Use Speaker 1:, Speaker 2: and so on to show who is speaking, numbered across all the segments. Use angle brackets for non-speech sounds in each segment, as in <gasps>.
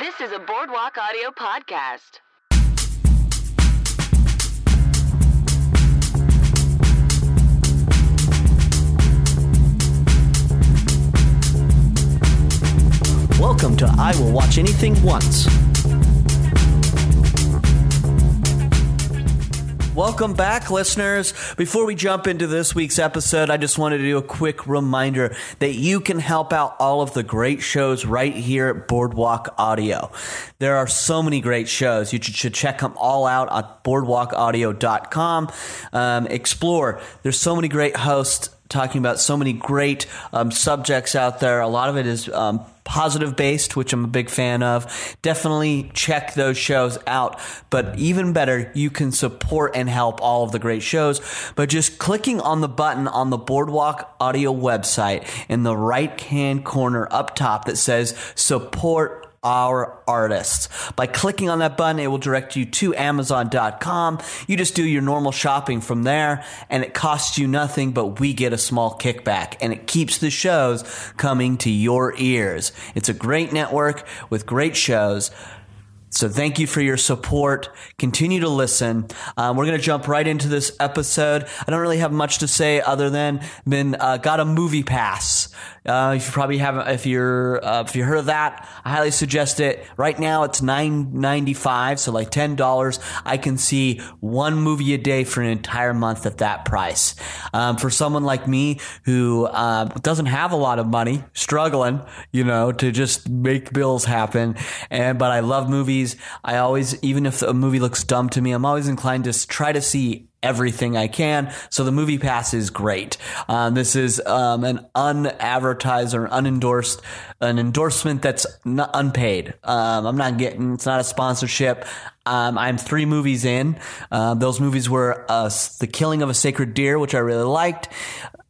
Speaker 1: This is a Boardwalk Audio podcast.
Speaker 2: Welcome to I Will Watch Anything Once. Welcome back, listeners. Before we jump into this week's episode, I just wanted to do a quick reminder that you can help out all of the great shows right here at Boardwalk Audio. There are so many great shows. You should- should check them all out at boardwalkaudio.com. Um, explore. There's so many great hosts talking about so many great um, subjects out there. A lot of it is um, positive based, which I'm a big fan of. Definitely check those shows out. But even better, you can support and help all of the great shows by just clicking on the button on the Boardwalk Audio website in the right hand corner up top that says support our artists. By clicking on that button, it will direct you to Amazon.com. You just do your normal shopping from there, and it costs you nothing, but we get a small kickback, and it keeps the shows coming to your ears. It's a great network with great shows. So thank you for your support. Continue to listen. Um, we're going to jump right into this episode. I don't really have much to say other than been uh, got a movie pass. Uh, if you probably haven't, if you're uh, if you heard of that, I highly suggest it. Right now it's nine ninety five, so like ten dollars. I can see one movie a day for an entire month at that price. Um, for someone like me who uh, doesn't have a lot of money, struggling, you know, to just make bills happen. And but I love movies. I always, even if a movie looks dumb to me, I'm always inclined to s- try to see everything I can. So the movie pass is great. Um, this is um, an unadvertised or unendorsed, an endorsement that's not unpaid. Um, I'm not getting. It's not a sponsorship. Um, I'm three movies in. Uh, those movies were uh, S- The Killing of a Sacred Deer, which I really liked.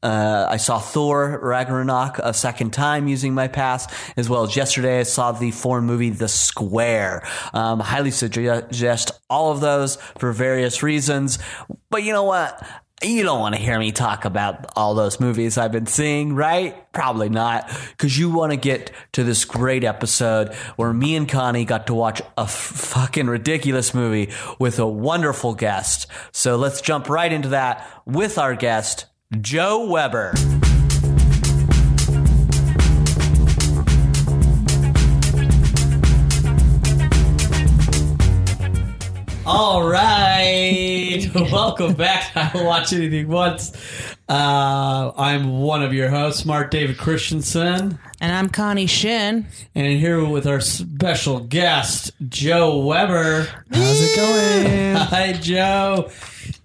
Speaker 2: Uh, I saw Thor Ragnarok a second time using my pass, as well as yesterday I saw the foreign movie The Square. Um, highly suggest all of those for various reasons. But you know what? You don't want to hear me talk about all those movies I've been seeing, right? Probably not, because you want to get to this great episode where me and Connie got to watch a f- fucking ridiculous movie with a wonderful guest. So let's jump right into that with our guest, Joe Weber. All right, <laughs> welcome back. <laughs> to I will watch anything once. Uh, I'm one of your hosts, Mark David Christensen,
Speaker 3: And I'm Connie Shin.
Speaker 2: and here with our special guest, Joe Weber. How's it going? <laughs> Hi, Joe.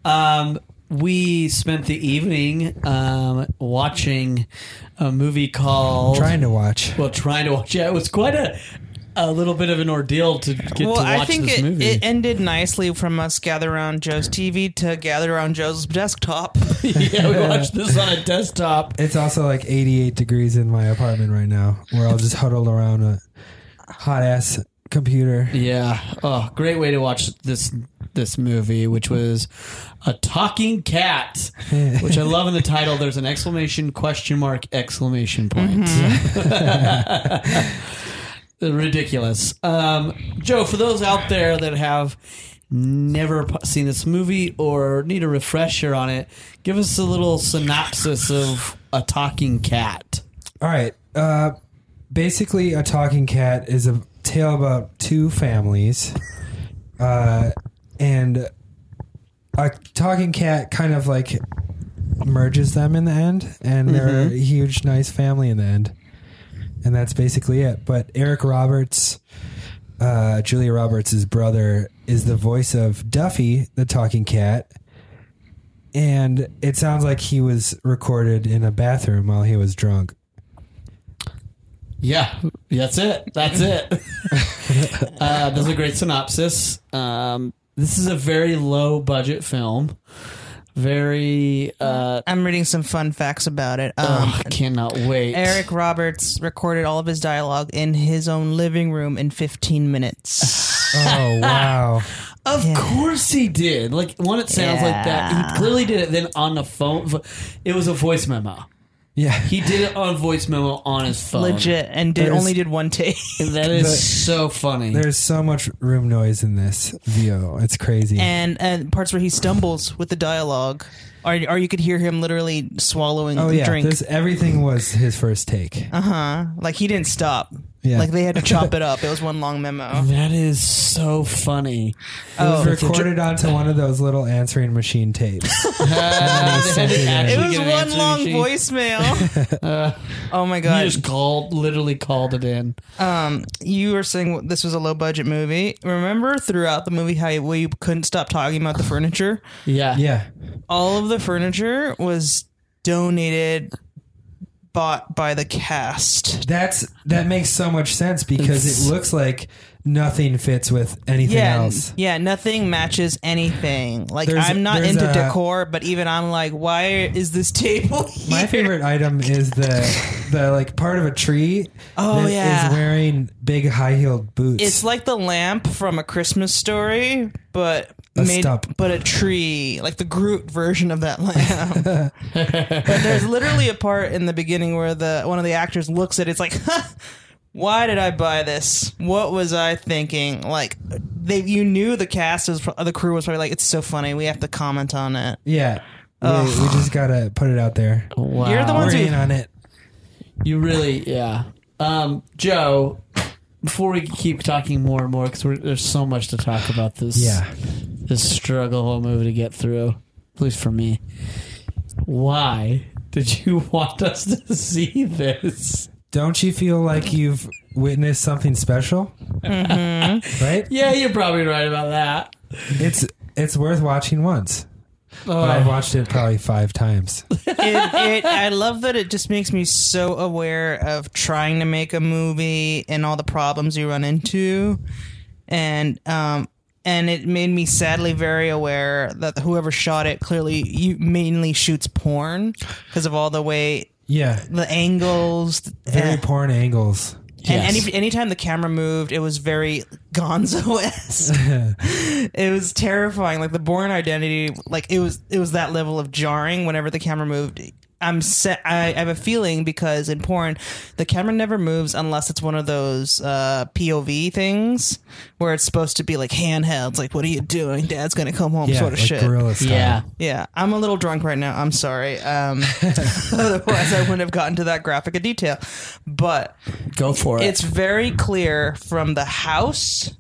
Speaker 2: Um, we spent the evening um, watching a movie called
Speaker 4: trying to watch.
Speaker 2: Well, trying to watch. Yeah, it was quite a a little bit of an ordeal to get
Speaker 3: Well,
Speaker 2: to watch
Speaker 3: I think
Speaker 2: this
Speaker 3: it,
Speaker 2: movie.
Speaker 3: it ended nicely from us gather around Joe's TV to gather around
Speaker 2: <laughs>
Speaker 3: Joe's desktop.
Speaker 2: <laughs> yeah,
Speaker 3: <laughs>
Speaker 2: we watched this on a desktop.
Speaker 4: It's also like 88 degrees in my apartment right now, where I'll just huddle around a hot ass computer.
Speaker 2: Yeah. Oh, great way to watch this this movie, which was a talking cat, which I love in the title. There's an exclamation question mark exclamation point. <laughs> Ridiculous. Um, Joe, for those out there that have never p- seen this movie or need a refresher on it, give us a little synopsis of a talking cat.
Speaker 4: All right. Uh, basically, a talking cat is a tale about two families, uh, and a talking cat kind of like merges them in the end, and they're a huge, nice family in the end. And that's basically it. But Eric Roberts, uh, Julia Roberts' brother, is the voice of Duffy, the talking cat. And it sounds like he was recorded in a bathroom while he was drunk.
Speaker 2: Yeah, that's it. That's it. <laughs> uh, that's a great synopsis. Um, this is a very low budget film. Very. Uh,
Speaker 3: I'm reading some fun facts about it. Um,
Speaker 2: oh, I cannot wait.
Speaker 3: Eric Roberts recorded all of his dialogue in his own living room in
Speaker 2: <sighs>
Speaker 3: 15 minutes. <sighs> <laughs>
Speaker 4: Oh wow!
Speaker 2: Of course he did. Like when it sounds like that,
Speaker 3: Yeah.
Speaker 2: he clearly did it. Then on the phone, it was a voice memo.
Speaker 4: Yeah.
Speaker 2: He did it on voice memo on his phone.
Speaker 3: legit, and did
Speaker 4: There's-
Speaker 3: only did
Speaker 2: <laughs>
Speaker 3: one take.
Speaker 2: That is so funny.
Speaker 4: There's so much room noise in this VO. It's crazy.
Speaker 3: and and parts where he stumbles with the dialogue, or or you could hear him literally swallowing
Speaker 4: oh
Speaker 3: the
Speaker 4: yeah,
Speaker 3: drink. Uh-huh.
Speaker 4: this everything was his first take.
Speaker 3: Like he didn't stop.
Speaker 4: Yeah.
Speaker 3: Like they had to chop it up. It was one long
Speaker 2: <laughs>
Speaker 3: memo.
Speaker 2: That is so funny.
Speaker 4: it was
Speaker 3: Oh.
Speaker 4: recorded onto one of those little answering machine
Speaker 3: <laughs>
Speaker 4: tapes.
Speaker 2: Uh, they had to
Speaker 3: It
Speaker 2: actually
Speaker 3: was
Speaker 2: get an
Speaker 3: one
Speaker 2: answering
Speaker 3: long
Speaker 2: machine.
Speaker 3: voicemail.
Speaker 2: <laughs>
Speaker 3: <laughs> oh my
Speaker 2: He
Speaker 3: god!
Speaker 2: just called, literally called it in.
Speaker 3: Um, you were saying this was a low budget movie. Remember throughout the movie how we couldn't stop talking about the furniture?
Speaker 2: Yeah.
Speaker 4: yeah,
Speaker 3: All of the furniture was donated, bought by the cast.
Speaker 4: that's that makes so much sense because it looks like nothing fits with anything
Speaker 3: Yeah, n-
Speaker 4: else.
Speaker 3: yeah, nothing matches anything. Like
Speaker 4: There's-
Speaker 3: I'm not
Speaker 4: there's
Speaker 3: into
Speaker 4: a-
Speaker 3: decor, but even I'm like, why is this <laughs> table?
Speaker 4: My
Speaker 3: here?
Speaker 4: favorite item is the the like part of a tree.
Speaker 3: Oh,
Speaker 4: that
Speaker 3: yeah.
Speaker 4: is wearing big high heeled boots.
Speaker 3: It's like the lamp from A Christmas Story, but
Speaker 4: A
Speaker 3: made
Speaker 4: stump.
Speaker 3: but a tree, like the Groot version of that lamp. but there's literally a part in the beginning where the one of the actors looks at it, it's like, <laughs> huh, why did I buy this? What was I thinking? Like they, you knew the cast was pro- the crew was probably like, it's so funny, we have to comment on it.
Speaker 4: yeah, we, we just gotta put it out there.
Speaker 2: Wow.
Speaker 3: You're the
Speaker 4: We're
Speaker 3: ones
Speaker 4: in
Speaker 3: who.
Speaker 4: on it.
Speaker 2: You really, yeah. Um, Joe, before we keep talking more and more, because there's so much to talk about this.
Speaker 4: Yeah.
Speaker 2: This struggle whole movie to get through, at least for me. Why did you <laughs> want us to see this?
Speaker 4: Don't you feel like you've witnessed something special? Right?
Speaker 2: Mm-hmm. Yeah, you're probably right about that.
Speaker 4: It's it's worth watching once.
Speaker 2: Oh,
Speaker 4: But I've watched it probably five times.
Speaker 3: It, it, I love that it just makes me so aware of trying to make a movie and all the problems you run into, and um, and it made me sadly very aware that whoever shot it clearly you mainly shoots porn because of all the way
Speaker 4: Yeah.
Speaker 3: the angles.
Speaker 4: Very
Speaker 3: eh.
Speaker 4: porn angles.
Speaker 3: And
Speaker 2: Yes.
Speaker 3: any anytime the camera moved, it was very <laughs> Gonzo
Speaker 4: <laughs>
Speaker 3: esque. it was terrifying. Like the Born Identity, like it was it was that level of jarring whenever the camera moved. I'm set. I, I have a feeling because in porn, the camera never moves unless it's one of those uh, POV things where it's supposed to be like handheld. Like, what are you doing? Dad's gonna come home,
Speaker 4: Yeah.
Speaker 3: sort of
Speaker 4: like
Speaker 3: shit.
Speaker 4: gorilla style.
Speaker 2: Yeah.
Speaker 3: Yeah, I'm a little drunk right now. I'm sorry.
Speaker 4: <laughs>
Speaker 3: Um, <laughs> otherwise, I wouldn't have gotten to that graphic of detail. But
Speaker 2: Go for it.
Speaker 3: it's very clear from the house,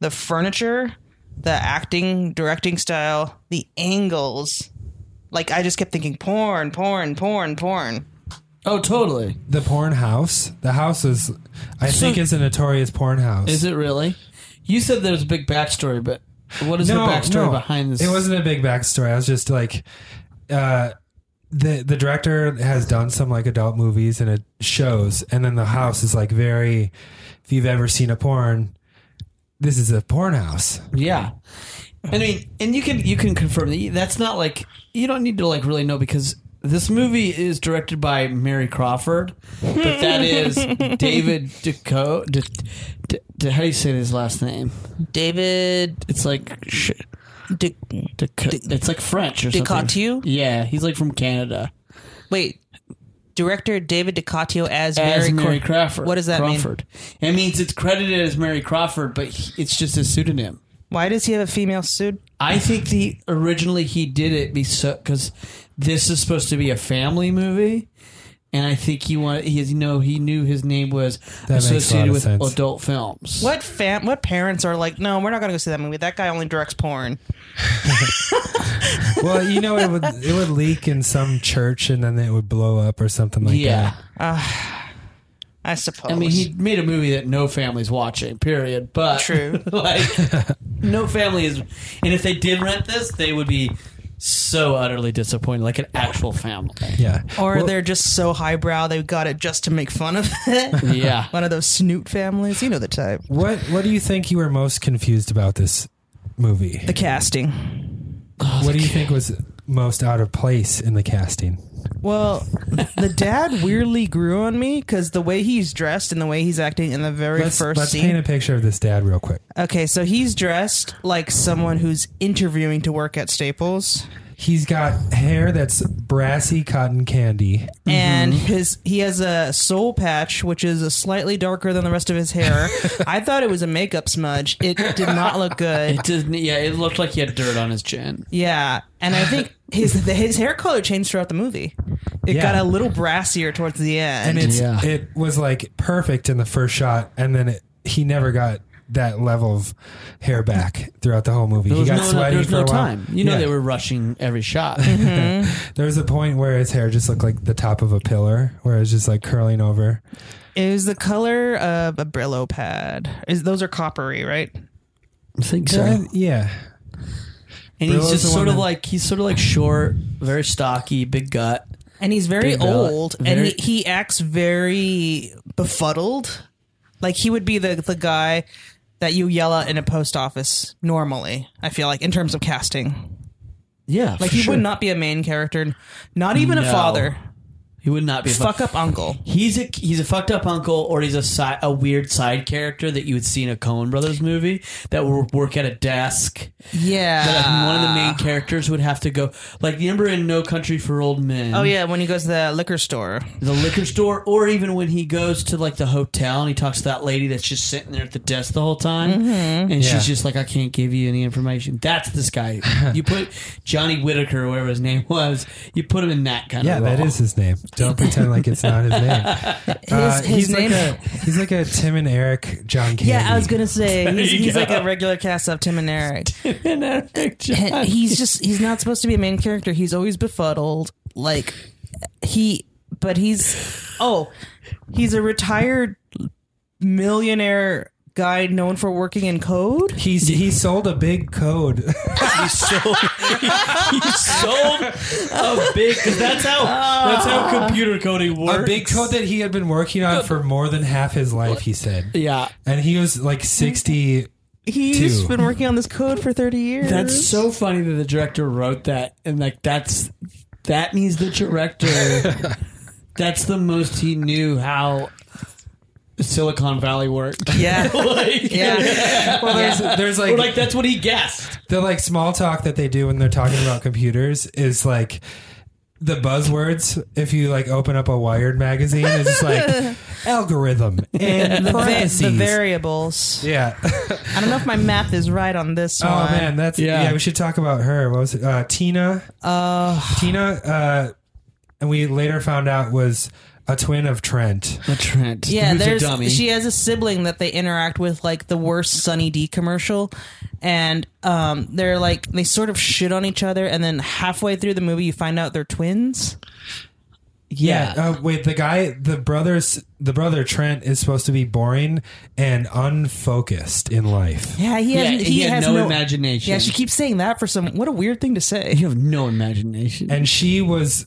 Speaker 3: the furniture, the acting, directing style, the angles. Like I just kept thinking porn, porn, porn, porn.
Speaker 2: oh, totally.
Speaker 4: The porn house. The house is I think it's a notorious porn house.
Speaker 2: Is it really? You said there's a big backstory, but what is the backstory behind this?
Speaker 4: It wasn't a big backstory. I was just like, uh, the the director has done some like adult movies and it shows, and then the house is like very. If you've ever seen a porn, this is a porn house.
Speaker 2: Yeah. I mean, and you can you can confirm that that's not like you don't need to like really know because this movie is directed by Mary Crawford, but that
Speaker 3: <laughs>
Speaker 2: is David Deco. De, De, De- how do you say his last name?
Speaker 3: David
Speaker 2: It's like sh,
Speaker 3: Dic-
Speaker 2: Deco, it's like French or something.
Speaker 3: Dicatio?
Speaker 2: Yeah, he's like from Canada.
Speaker 3: wait, director David DiCatio as,
Speaker 2: As Mary,
Speaker 3: Cor-
Speaker 2: Crawford.
Speaker 3: What does that mean?
Speaker 2: Crawford. mean? It means it's credited as Mary Crawford, but he- it's just his pseudonym.
Speaker 3: Why does he have a female suit?
Speaker 2: I think the originally he did it because this is supposed to be a family movie, and I think he wanted he you know he knew his name was
Speaker 4: That makes a lot
Speaker 2: associated
Speaker 4: of
Speaker 2: with
Speaker 4: sense.
Speaker 2: adult films.
Speaker 3: What fam? What parents are like? No, we're not going to go see that movie. That guy only directs porn.
Speaker 4: Well, you know, it would it would leak in some church, and then it would blow up or something like
Speaker 2: Yeah,
Speaker 4: that.
Speaker 3: I suppose.
Speaker 2: I mean he made a movie that no family's watching. Period. But
Speaker 3: True.
Speaker 2: <laughs> like no family is, and if they did rent this, they would be so utterly disappointed, like an actual family.
Speaker 4: Yeah,
Speaker 3: or
Speaker 4: Well,
Speaker 3: they're just so highbrow they got it just to make fun of
Speaker 2: <laughs>
Speaker 3: it.
Speaker 2: Yeah.
Speaker 3: One of those snoot families, you know the type.
Speaker 4: What What do you think you were most confused about this movie?
Speaker 3: The casting.
Speaker 4: what do you think was most out of place in the casting?
Speaker 3: Well, the dad weirdly grew on me because the way he's dressed and the way he's acting in the very
Speaker 4: Let's,
Speaker 3: 1st
Speaker 4: let's
Speaker 3: scene.
Speaker 4: paint a picture of this dad real quick.
Speaker 3: okay, so he's dressed like someone who's interviewing to work at Staples.
Speaker 4: He's got hair that's brassy cotton candy.
Speaker 3: and
Speaker 4: Mm-hmm.
Speaker 3: his he has a soul patch which is a slightly darker than the rest of
Speaker 4: <laughs>
Speaker 3: his hair. I thought it was a makeup smudge. It did not look good.
Speaker 2: <laughs> It didn't. Yeah, it looked like he had dirt on his chin.
Speaker 3: <laughs> Yeah, and I think his his hair color changed throughout the movie. It
Speaker 4: Yeah.
Speaker 3: got a little brassier towards the end.
Speaker 4: And it's
Speaker 2: Yeah.
Speaker 4: it was like perfect in the first shot, and then it, he never got that level of hair back throughout the whole movie.
Speaker 2: There
Speaker 4: He
Speaker 2: was
Speaker 4: got
Speaker 2: no,
Speaker 4: sweaty
Speaker 2: there was
Speaker 4: for
Speaker 2: no
Speaker 4: a while.
Speaker 2: time. You know
Speaker 4: Yeah.
Speaker 2: they were rushing every
Speaker 4: <laughs>
Speaker 2: shot.
Speaker 4: There was a point where his hair just looked like the top of a pillar, where it was just like curling over.
Speaker 3: it was the color of a Brillo pad. Is those are coppery, right?
Speaker 2: I think so.
Speaker 4: Uh, yeah.
Speaker 2: And he's
Speaker 4: Brillo's
Speaker 2: just
Speaker 4: the
Speaker 2: sort
Speaker 4: one
Speaker 2: of
Speaker 4: that-
Speaker 2: like he's sort of like short, very stocky, big gut.
Speaker 3: And he's very
Speaker 2: Big Brillo.
Speaker 3: old,
Speaker 2: Very-
Speaker 3: and he, he acts very befuddled. Like he would be the the guy that you yell at in a post office normally. I feel like in terms of casting,
Speaker 2: Yeah,
Speaker 3: like he would not be a main character, not even
Speaker 2: No.
Speaker 3: a father.
Speaker 2: He would not be a fu-
Speaker 3: Fuck up uncle.
Speaker 2: He's a he's a fucked up uncle, or he's a si- a weird side character that you would see in a Coen Brothers movie that would work at a desk.
Speaker 3: Yeah,
Speaker 2: That one of the main
Speaker 3: Ah.
Speaker 2: characters would have to go, like remember in No Country for Old Men.
Speaker 3: Oh yeah, when he goes to the liquor store.
Speaker 2: the liquor store, or even when he goes to like the hotel and he talks to that lady that's just sitting there at the desk the whole time, and
Speaker 4: Yeah.
Speaker 2: she's just like, "I can't give you any information." That's this
Speaker 4: <laughs>
Speaker 2: guy. you put Johnny Whitaker, or whatever his name was, you put him in that kind
Speaker 4: Yeah,
Speaker 2: of. role.
Speaker 4: that is his name. Don't pretend like it's not his name.
Speaker 2: <laughs>
Speaker 4: Uh,
Speaker 3: his
Speaker 4: he's
Speaker 3: name-
Speaker 4: like a he's like a Tim and Eric John Candy.
Speaker 3: Yeah, I was gonna <laughs> say he's,
Speaker 2: you
Speaker 3: he's
Speaker 2: go.
Speaker 3: like a regular cast of Tim and Eric.
Speaker 2: <laughs> And Eric John-
Speaker 3: And he's just he's not supposed to be a main character. He's always befuddled. Like he, but he's oh, he's a retired millionaire guy known for working in code.
Speaker 4: He's he sold a big
Speaker 2: <laughs>
Speaker 4: code. <laughs>
Speaker 2: he sold, he, sold a big. Cause that's how that's how computer coding works.
Speaker 4: a big code that he had been working on for more than half his life, he said.
Speaker 2: yeah.
Speaker 4: And he was like 60
Speaker 3: He's
Speaker 4: Two.
Speaker 3: been working on this code for thirty years.
Speaker 2: That's so funny that the director wrote that, and like that's that means the director. that's the most he knew how Silicon Valley worked. <laughs>
Speaker 3: yeah.
Speaker 2: like,
Speaker 3: Yeah.
Speaker 4: Well, there's, there's
Speaker 2: or
Speaker 4: like,
Speaker 2: like that's what he guessed.
Speaker 4: the like small talk that they do when they're talking about computers is like the buzzwords. If you like open up a Wired magazine, it's just like <laughs> algorithm and
Speaker 3: The, va-
Speaker 4: parentheses.
Speaker 3: the variables.
Speaker 4: yeah.
Speaker 3: I don't know if my math is right on this one.
Speaker 4: Oh man, that's
Speaker 2: Yeah.
Speaker 4: yeah. We should talk about her. What was it? Uh, Tina. Tina. Uh, and we later found out was a twin of Trent.
Speaker 2: The Trent,
Speaker 3: Yeah,
Speaker 2: who's
Speaker 3: there's
Speaker 2: a dummy.
Speaker 3: she has a sibling that they interact with like the worst Sunny D commercial and um they're like they sort of shit on each other and then halfway through the movie you find out they're twins.
Speaker 2: yeah,
Speaker 4: Uh, wait, the guy, the brothers, the brother Trent is supposed to be boring and unfocused in life.
Speaker 3: Yeah, he has
Speaker 2: Yeah,
Speaker 3: he,
Speaker 2: had
Speaker 3: has
Speaker 2: no imagination.
Speaker 3: Yeah, she keeps saying that for some what a weird thing to say.
Speaker 2: you have no imagination.
Speaker 4: And she was,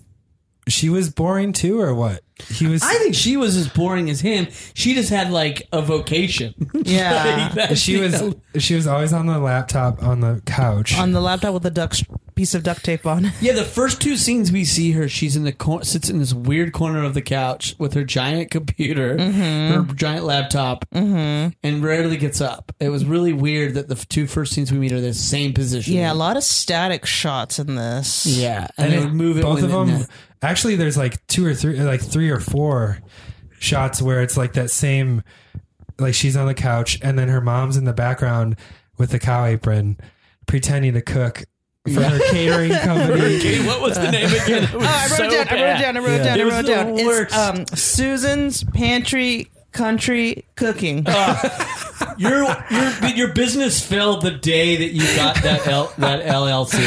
Speaker 4: she was boring too, or what? He was.
Speaker 2: I think she was as boring as him. She just had like a vocation. <laughs>
Speaker 3: <laughs> Yeah.
Speaker 4: she was. She was always on the laptop on the couch.
Speaker 3: on the laptop with a duck piece of duct tape on. it.
Speaker 2: Yeah, the first two scenes we see her, she's in the cor- sits in this weird corner of the couch with her giant computer,
Speaker 3: Mm-hmm.
Speaker 2: her giant laptop, and rarely gets up. It was really weird that the f- two first scenes we meet are the same position.
Speaker 3: <laughs> Yeah, a lot of static shots in this.
Speaker 2: yeah, and, they
Speaker 4: it-
Speaker 2: would move it.
Speaker 4: both of
Speaker 2: within
Speaker 4: them
Speaker 2: that.
Speaker 4: actually there's like two or three like three or four shots where it's like that same like she's on the couch and then her mom's in the background with the cow apron pretending to cook for her
Speaker 2: <laughs>
Speaker 4: catering company
Speaker 2: Hey, what was the name again? It was
Speaker 3: <laughs> Oh, I wrote
Speaker 2: so
Speaker 3: it down, I wrote it
Speaker 2: bad.
Speaker 3: down. I wrote it down.
Speaker 2: It
Speaker 3: I
Speaker 2: was
Speaker 3: wrote it
Speaker 2: the
Speaker 3: down. It's
Speaker 2: worst.
Speaker 3: um, Susan's pantry country <laughs> cooking.
Speaker 2: <laughs> Your, your your business failed the day that you got that L, that LLC.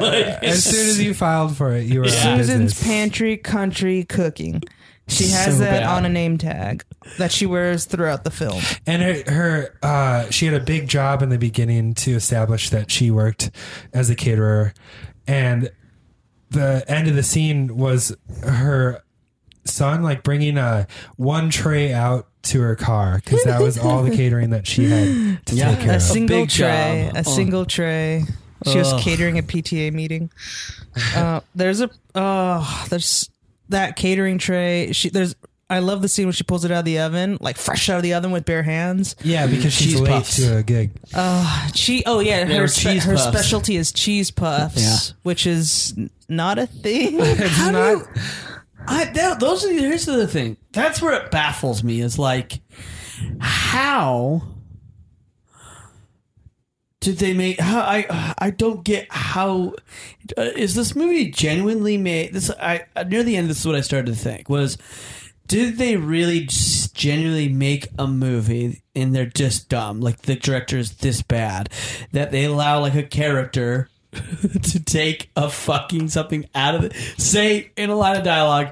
Speaker 2: <laughs> Like,
Speaker 4: as soon as you filed for it you were out of
Speaker 3: Susan's
Speaker 4: business
Speaker 3: Pantry Country Cooking. She has
Speaker 2: So bad.
Speaker 3: that on a name tag that she wears throughout the film.
Speaker 4: and her, her uh, she had a big job in the beginning to establish that she worked as a caterer and the end of the scene was her son like bringing a one tray out to her car because that was all
Speaker 2: <laughs>
Speaker 4: the catering that she had to
Speaker 2: Yeah.
Speaker 4: take care
Speaker 3: A
Speaker 4: of
Speaker 3: single
Speaker 2: big
Speaker 3: tray.
Speaker 2: job.
Speaker 3: A single tray. She was catering a PTA meeting. Uh, there's a oh, there's that catering tray. She there's I love the scene when she pulls it out of the oven, like fresh out of the oven with bare hands.
Speaker 4: Yeah, because she's
Speaker 2: Cheese
Speaker 4: late
Speaker 2: puffs.
Speaker 4: to a gig.
Speaker 3: She, oh yeah,
Speaker 2: they're
Speaker 3: her, spe-
Speaker 2: cheese
Speaker 3: her
Speaker 2: puffs.
Speaker 3: specialty is cheese puffs,
Speaker 2: Yeah.
Speaker 3: which is n- not a
Speaker 2: <laughs>
Speaker 3: thing.
Speaker 4: It's not.
Speaker 2: I that, those are the- here's the other thing. That's where it baffles me is like how did they make how I I don't get how uh, is this movie genuinely made this I uh, near the end this is what I started to think was did they really s- genuinely make a movie and they're just dumb like the director is this bad that they allow like a character <laughs> to take a fucking something out of it say in a line of dialogue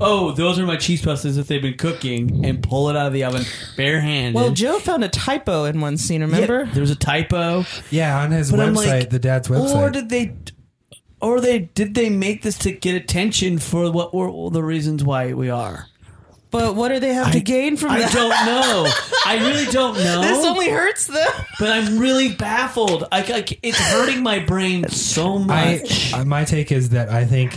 Speaker 2: oh those are my cheese puffs that they've been cooking and pull it out of the oven bare handed
Speaker 3: well, Joe found a typo in one scene. Remember?
Speaker 2: there was a typo
Speaker 4: Yeah, on his
Speaker 2: but I'm
Speaker 4: website,
Speaker 2: like,
Speaker 4: the dad's website.
Speaker 2: Or did they, or they did they make this to get attention for what were the reasons why we are?
Speaker 3: But what do they have to gain from
Speaker 2: I
Speaker 4: <laughs>
Speaker 3: that?
Speaker 2: don't know. I really don't know.
Speaker 3: <laughs> this only hurts them.
Speaker 2: but I'm really baffled. I, I, it's hurting my brain so
Speaker 4: I,
Speaker 2: much.
Speaker 4: I- my take is that I think,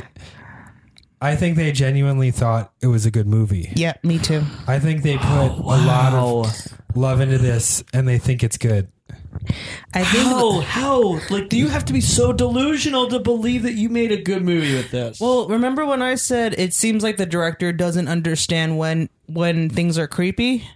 Speaker 4: I think they genuinely thought it was a good movie.
Speaker 3: yeah, me too.
Speaker 4: I think they put a lot
Speaker 2: Wow.
Speaker 4: of love into this, and they think it's good.
Speaker 3: I think.
Speaker 2: how? How? Like, do you have to be so delusional to believe that you made a good movie with this?
Speaker 3: Well, remember when I said it seems like the director doesn't understand when when things are creepy?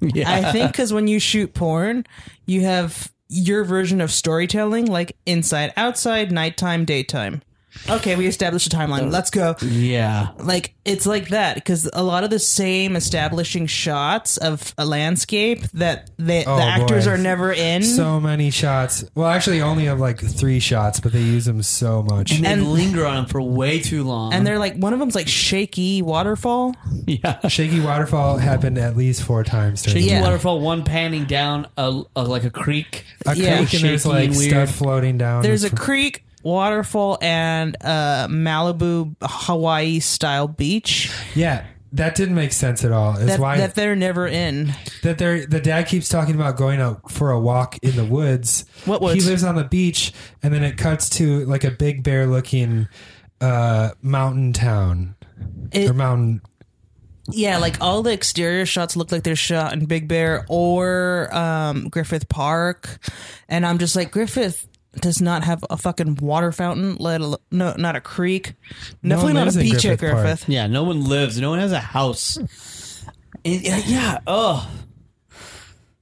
Speaker 2: yeah. <laughs>
Speaker 3: I think because when you shoot porn, you have your version of storytelling, like inside, outside, nighttime, daytime. Okay, we established a timeline. Let's go.
Speaker 2: yeah.
Speaker 3: Like it's like that because a lot of the same establishing shots of a landscape that they,
Speaker 4: Oh,
Speaker 3: the actors
Speaker 4: boy.
Speaker 3: are never in.
Speaker 4: So many shots. Well, actually, only of like three shots, but they use them so much.
Speaker 2: And, they
Speaker 3: And-
Speaker 2: linger on them for way too long.
Speaker 4: <laughs>
Speaker 3: and they're like one of them's like shaky waterfall.
Speaker 2: yeah.
Speaker 4: Shaky Waterfall happened at least four times. During
Speaker 2: Shaky
Speaker 3: Yeah.
Speaker 2: waterfall, one panning down a, a like a creek.
Speaker 4: a
Speaker 3: yeah.
Speaker 4: creek, and there's
Speaker 2: Shaky
Speaker 4: like
Speaker 2: and weird.
Speaker 4: stuff floating down.
Speaker 3: There's a
Speaker 4: It's-
Speaker 3: creek, waterfall, and uh, Malibu, Hawaii style beach
Speaker 4: yeah. That didn't make sense at all. Is
Speaker 3: that,
Speaker 4: why
Speaker 3: that they're never in.
Speaker 4: that they're the dad keeps talking about going out for a walk in the woods.
Speaker 3: What woods?
Speaker 4: He lives on the beach, and then it cuts to like a big bear looking uh, mountain town
Speaker 3: It-
Speaker 4: or mountain.
Speaker 3: Yeah, like all the exterior shots look like they're shot in Big Bear or um, Griffith Park, and I'm just like Griffith does not have a fucking water fountain, let alone no, not a creek, definitely not
Speaker 4: lives
Speaker 3: a
Speaker 4: in
Speaker 3: beach at
Speaker 4: Griffith Park.
Speaker 3: Griffith.
Speaker 2: Yeah, no one lives. No one has a house. And, yeah, yeah, oh.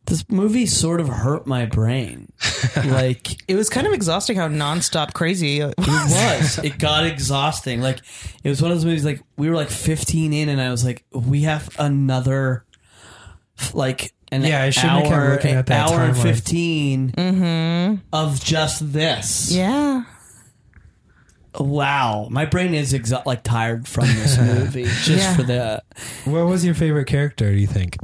Speaker 2: This movie sort of hurt my
Speaker 4: <laughs>
Speaker 2: brain. like,
Speaker 3: It was kind of exhausting how nonstop crazy it
Speaker 2: it
Speaker 3: was.
Speaker 2: was. It got exhausting. Like, it was one of those movies, like, we were like 15 in, and I was like, we have another, like, an
Speaker 4: Yeah, I shouldn't have kept
Speaker 2: hour,
Speaker 4: looking at that
Speaker 2: hour and
Speaker 4: timeline.
Speaker 2: 15 of just this.
Speaker 3: Mm-hmm. Yeah,
Speaker 2: Wow. My brain is exa- like tired from
Speaker 4: <laughs>
Speaker 2: this movie just
Speaker 3: Yeah.
Speaker 2: for the
Speaker 4: What was your favorite character? Do you think?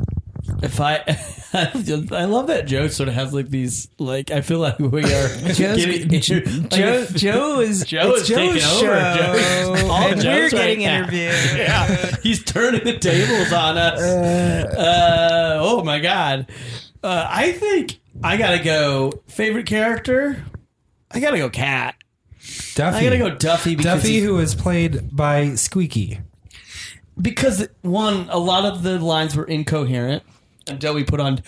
Speaker 2: If I, <laughs> I love that Joe sort of has like these like I feel like we are
Speaker 3: <laughs> Joe's-
Speaker 2: getting inter-
Speaker 3: Joe.
Speaker 2: like,
Speaker 3: <laughs> Joe is
Speaker 2: Joe
Speaker 3: it's
Speaker 2: is
Speaker 3: Joe's
Speaker 2: taking
Speaker 3: show,
Speaker 2: over.
Speaker 3: <laughs>
Speaker 2: Joe- all
Speaker 3: and
Speaker 2: Joe's
Speaker 3: we're
Speaker 2: right
Speaker 3: getting
Speaker 2: now.
Speaker 3: <laughs> interviewed.
Speaker 2: <laughs> yeah, he's turning the tables on us. Uh, oh my god! Uh, I think I gotta go. Favorite character? I gotta go. Cat.
Speaker 4: Duffy.
Speaker 2: I gotta go. Duffy. Because
Speaker 4: Duffy,
Speaker 2: he-
Speaker 4: who was played by Squeaky.
Speaker 2: because one, a lot of the lines were incoherent until we put on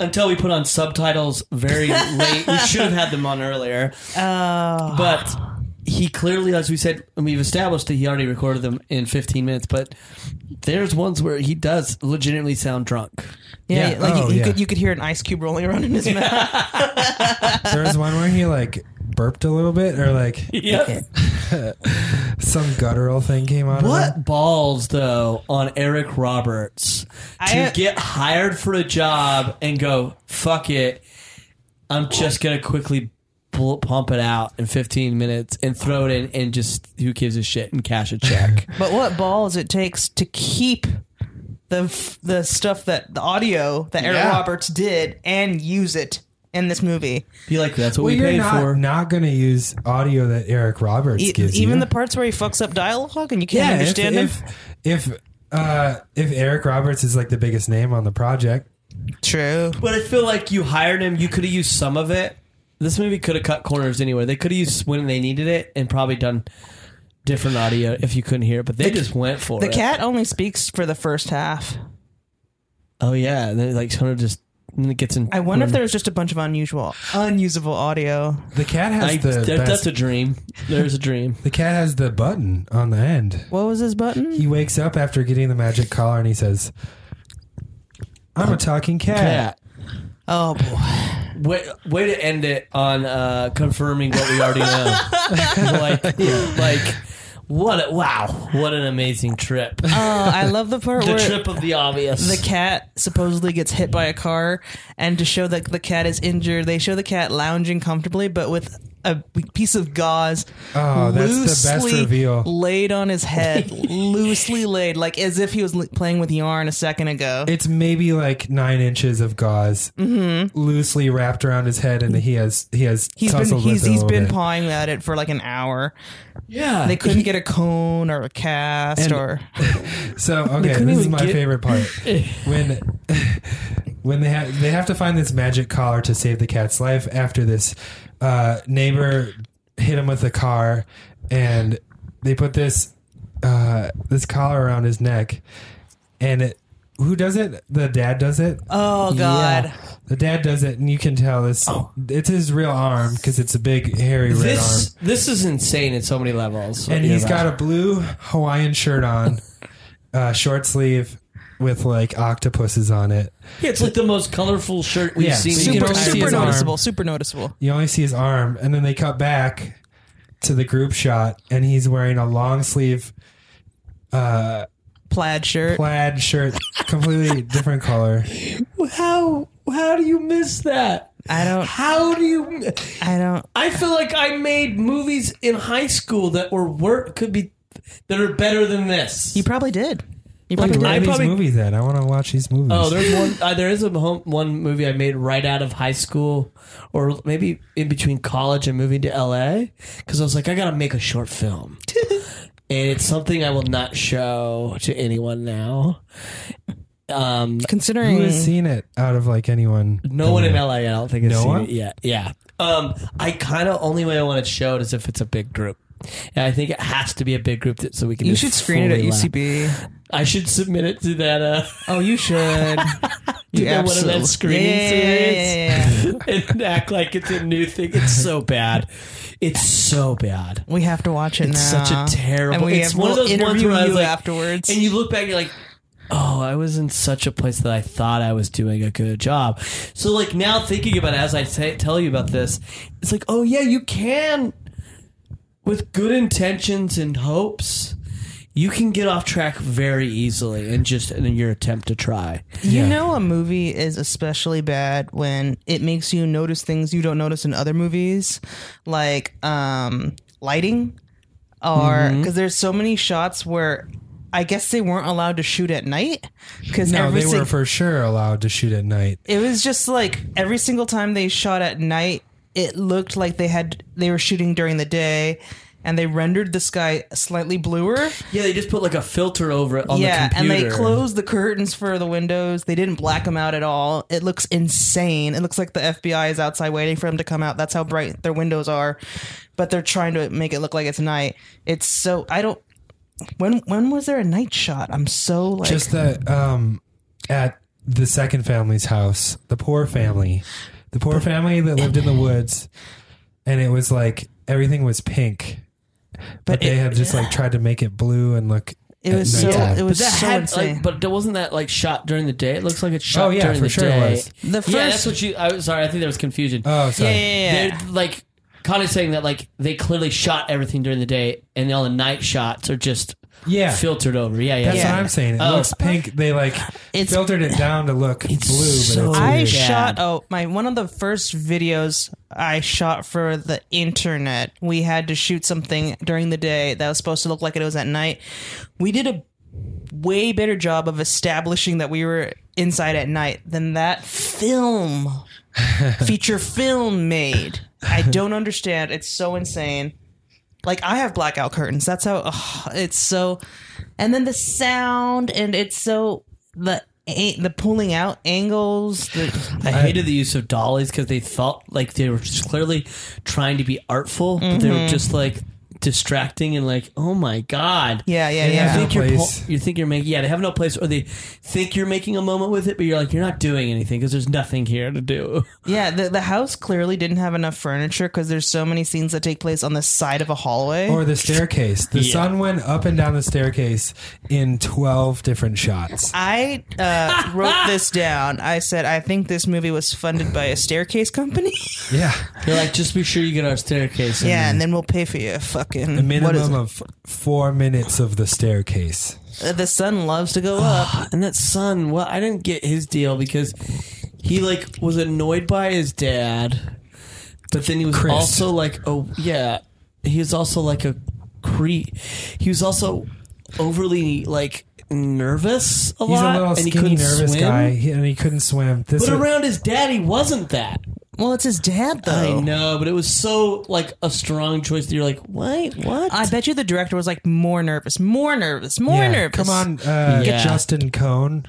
Speaker 2: until we put on subtitles very late. we should have had them on earlier.
Speaker 3: Uh,
Speaker 2: But he clearly, as we said, and we've established that he already recorded them in 15 minutes. But there's ones where he does legitimately sound
Speaker 4: <laughs>
Speaker 2: drunk.
Speaker 3: Yeah,
Speaker 4: Yeah.
Speaker 3: like
Speaker 4: Oh,
Speaker 3: you, you
Speaker 4: yeah.
Speaker 3: could you could hear an ice cube rolling around in <laughs> his mouth.
Speaker 4: There was one where he like burped a little bit, or like
Speaker 2: Yeah.
Speaker 4: some guttural thing came out. Of him.
Speaker 2: What balls though on Eric Roberts to
Speaker 4: uh,
Speaker 3: I-
Speaker 2: get hired for a job and go fuck it? I'm just gonna quickly bl- pump it out in 15 minutes and throw it in and just who gives a shit and cash a check.
Speaker 4: <laughs>
Speaker 3: But what balls it takes to keep the f- the stuff that the audio that Eric
Speaker 2: Yeah.
Speaker 3: Roberts did and use it in this movie.
Speaker 2: Be like that's what
Speaker 4: Well,
Speaker 2: we
Speaker 4: you're
Speaker 2: paid
Speaker 4: not,
Speaker 2: for.
Speaker 4: not going to use audio that Eric Roberts
Speaker 3: E-
Speaker 4: gives
Speaker 3: even
Speaker 4: you.
Speaker 3: the parts where he fucks up dialogue and you can't
Speaker 4: yeah, if-
Speaker 3: understand him.
Speaker 4: if, if uh, if Eric Roberts is like the biggest name on the project,
Speaker 3: True.
Speaker 2: But I feel like you hired him. You could have used some of it. This movie could have cut corners anywhere. They could have used when they needed it and probably done different audio if you couldn't hear it, but they just went for
Speaker 3: The
Speaker 2: it.
Speaker 3: cat only speaks for the first half.
Speaker 2: Oh yeah, and then like Hunter just and it gets in.
Speaker 3: I
Speaker 4: Hmm.
Speaker 3: wonder if there was just a bunch of unusual, unusable audio.
Speaker 4: The cat has
Speaker 2: I-
Speaker 4: the
Speaker 2: that-
Speaker 4: best-
Speaker 2: that's a dream. There's a dream.
Speaker 3: <laughs>
Speaker 4: the cat has the button on the end.
Speaker 3: What was his button?
Speaker 4: He wakes up after getting the magic collar and he says, "I'm a talking cat."
Speaker 2: Cat.
Speaker 3: Oh boy,
Speaker 2: Way, way to end it on uh, confirming what we already know. <laughs> like, like what? A, wow, what an amazing trip.
Speaker 3: oh, I love the part
Speaker 2: the
Speaker 3: where
Speaker 2: trip of the obvious.
Speaker 3: the cat supposedly gets hit by a car, and to show that the cat is injured, they show the cat lounging comfortably, but with a piece of gauze
Speaker 4: Oh, that's the best
Speaker 3: loosely
Speaker 4: reveal.
Speaker 3: laid on his
Speaker 4: <laughs>
Speaker 3: head, loosely laid, like as if he was li- playing with yarn a second ago.
Speaker 4: It's maybe like nine inches of gauze loosely wrapped around his head, and he has he has
Speaker 3: Mm-hmm. He's been
Speaker 4: tussled with
Speaker 3: he's,
Speaker 4: it a
Speaker 3: he's
Speaker 4: little
Speaker 3: been
Speaker 4: bit.
Speaker 3: pawing at it for like an hour.
Speaker 2: yeah,
Speaker 3: They couldn't get a cone or a cast
Speaker 4: And-
Speaker 3: or
Speaker 4: So okay,
Speaker 2: couldn't
Speaker 4: this is
Speaker 2: even
Speaker 4: my
Speaker 2: get-
Speaker 4: favorite <laughs> part when when they have they have to find this magic collar to save the cat's life after this uh, neighbor hit him with a car, and they put this uh, this collar around his neck, and it, who does it? The dad does it.
Speaker 3: oh god.
Speaker 4: The dad does it, and you can tell this. It's his real arm because it's a big hairy red arm.
Speaker 2: this this is insane in so many levels.
Speaker 4: and he's got a blue Hawaiian
Speaker 2: <laughs>
Speaker 4: shirt on, uh, short sleeve with like octopuses on it.
Speaker 2: Yeah, it's like the most colorful shirt we've
Speaker 4: Yeah,
Speaker 2: seen.
Speaker 4: so you
Speaker 2: in
Speaker 4: can
Speaker 3: Super,
Speaker 4: only see
Speaker 3: super
Speaker 4: his arm.
Speaker 3: noticeable, super noticeable.
Speaker 4: You only see his arm, and then they cut back to the group shot, and he's wearing a long sleeve
Speaker 3: Plaid shirt.
Speaker 4: plaid
Speaker 2: <laughs>
Speaker 4: shirt, completely different color.
Speaker 2: How how do you miss that?
Speaker 3: I don't
Speaker 2: How do you?
Speaker 3: I don't
Speaker 2: I feel like I made movies in high school that were work could be that are better than this.
Speaker 3: you probably did. You
Speaker 4: Dude,
Speaker 3: probably
Speaker 4: where are
Speaker 2: I
Speaker 4: these
Speaker 2: probably-
Speaker 4: movies at? I want to watch these movies.
Speaker 2: Oh, there's one. Uh, there is a home, one movie I made right out of high school, or maybe in between college and moving to LA, because I was like, I gotta make a short <laughs> film, and it's something I will not show to anyone now. Um,
Speaker 4: who
Speaker 3: considering
Speaker 4: has seen it out of like anyone?
Speaker 2: No one in LA, I don't think has
Speaker 4: No
Speaker 2: seen
Speaker 4: one?
Speaker 2: it yet. Yeah. Um, I kind of only way I want to show it is if it's a big group. And I think it has to be a big group that, so we can.
Speaker 3: you
Speaker 2: just
Speaker 3: should screen it at
Speaker 2: fully laugh.
Speaker 3: UCB.
Speaker 2: I should submit it to that.
Speaker 3: <laughs>
Speaker 2: Uh,
Speaker 3: Oh, you should. you
Speaker 2: that one of that
Speaker 3: absolutely-
Speaker 2: screening
Speaker 3: Yeah, yeah, yeah,
Speaker 2: series?
Speaker 3: yeah, yeah, yeah.
Speaker 2: <laughs> and act like it's a new thing. It's so bad. It's so bad.
Speaker 3: We have to watch it
Speaker 2: It's
Speaker 3: now.
Speaker 2: such a terrible.
Speaker 3: And we
Speaker 2: it's
Speaker 3: have,
Speaker 2: one of
Speaker 3: we'll
Speaker 2: those ones
Speaker 3: interview
Speaker 2: where I was
Speaker 3: you
Speaker 2: like,
Speaker 3: afterwards.
Speaker 2: and you look back, and you're like, oh, I was in such a place that I thought I was doing a good job. So like now thinking about it, as I t- tell you about this, it's like, oh yeah, you can, with good intentions and hopes. You can get off track very easily, and just in your attempt to try.
Speaker 3: You know, a movie is especially bad when it makes you notice things you don't notice in other movies, like um, lighting, or
Speaker 2: Mm-hmm.
Speaker 3: because there's so many shots where I guess they weren't allowed to shoot at night because
Speaker 4: No,
Speaker 3: every
Speaker 4: they were
Speaker 3: sing-
Speaker 4: for sure allowed to shoot at night.
Speaker 3: it was just like every single time they shot at night, it looked like they had they were shooting during the day. And they rendered the sky slightly bluer.
Speaker 2: Yeah, they just put like a filter over it on
Speaker 3: yeah,
Speaker 2: the
Speaker 3: and
Speaker 2: computer.
Speaker 3: they closed the curtains for the windows. They didn't black them out at all. It looks insane. It looks like the FBI is outside waiting for them to come out. That's how bright their windows are, but they're trying to make it look like it's night. It's so I don't. When when was there a night shot? I'm so like
Speaker 4: Just that um, at the second family's house, the poor family, the poor family that lived in the woods, and it was like everything was pink, but, they
Speaker 3: it-
Speaker 4: had just like tried to make it blue and look.
Speaker 3: it
Speaker 4: at
Speaker 3: was so
Speaker 4: nighttime.
Speaker 3: it was
Speaker 2: That
Speaker 3: so
Speaker 2: had,
Speaker 3: insane.
Speaker 2: like, but there wasn't that like shot during the day. It looks like it's shot
Speaker 4: Oh, yeah,
Speaker 2: during
Speaker 4: for
Speaker 2: the
Speaker 4: sure it
Speaker 2: day.
Speaker 4: was.
Speaker 3: The
Speaker 2: yeah,
Speaker 3: first-
Speaker 2: that's what you. I was sorry. I think there was confusion.
Speaker 4: oh, sorry.
Speaker 2: They're like kind of saying that like they clearly shot everything during the day, and all the night shots are just
Speaker 4: Yeah.
Speaker 2: filtered over. Yeah, yeah.
Speaker 4: That's
Speaker 2: yeah.
Speaker 4: what I'm saying. It
Speaker 2: Oh.
Speaker 4: looks pink. They like
Speaker 3: It's-
Speaker 4: filtered it down to look blue,
Speaker 2: so
Speaker 4: but it's
Speaker 3: I
Speaker 4: weird.
Speaker 2: sh-
Speaker 3: shot oh my one of the first videos I shot for the internet. We had to shoot something during the day that was supposed to look like it was at night. We did a way better job of establishing that we were inside at night than that film feature film made. I don't understand. It's so insane. Like I have blackout curtains. That's how ugh, it's so. And then the sound and it's so the a- the pulling out angles. The,
Speaker 2: I hated the use of
Speaker 3: Mm-hmm.
Speaker 2: dollies because they felt like they were just clearly trying to be artful, but they were just like distracting and like, oh my god,
Speaker 3: Yeah, yeah,
Speaker 2: They
Speaker 3: yeah.
Speaker 2: Think
Speaker 4: No
Speaker 2: you're pol-
Speaker 4: place.
Speaker 2: you think you're making yeah, they have no place, or they think you're making a moment with it, but you're like you're not doing anything because there's nothing here to do. <laughs>
Speaker 3: Yeah, the, the house clearly didn't have enough furniture because there's so many scenes that take place on the side of a hallway.
Speaker 4: Or the staircase. The
Speaker 2: Yeah.
Speaker 4: sun went up and down the staircase in 12 different shots.
Speaker 3: I uh, wrote <laughs> this down. I said, I think this movie was funded by a staircase <laughs> company.
Speaker 4: Yeah.
Speaker 2: They're like, just be sure you get our staircase. in
Speaker 3: yeah,
Speaker 2: there."
Speaker 3: and then we'll pay for you. Fucking
Speaker 4: A
Speaker 3: what is
Speaker 4: minimum
Speaker 3: it?
Speaker 4: of four minutes of the staircase.
Speaker 3: Uh, the sun loves to go
Speaker 2: <sighs>
Speaker 3: up.
Speaker 2: and that son, well, I didn't get his deal because he like was annoyed by his dad, but then he was
Speaker 4: Chris.
Speaker 2: also like, oh yeah, he was also like a creep. He was also overly like nervous a
Speaker 4: He's
Speaker 2: lot,
Speaker 4: a little
Speaker 2: and he
Speaker 4: skinny,
Speaker 2: couldn't
Speaker 4: nervous
Speaker 2: swim.
Speaker 4: guy, he- and he couldn't swim. This
Speaker 2: But
Speaker 4: was-
Speaker 2: around his dad, he wasn't that.
Speaker 3: <sighs> Well, it's his dad
Speaker 2: I
Speaker 3: though.
Speaker 2: know, but it was so like a strong choice that you're like, wait, what?
Speaker 3: I bet you the director was like more nervous, more nervous, more
Speaker 4: Yeah.
Speaker 3: nervous.
Speaker 4: Come on,
Speaker 3: <laughs>
Speaker 4: uh,
Speaker 2: Yeah.
Speaker 4: Justin Cohn.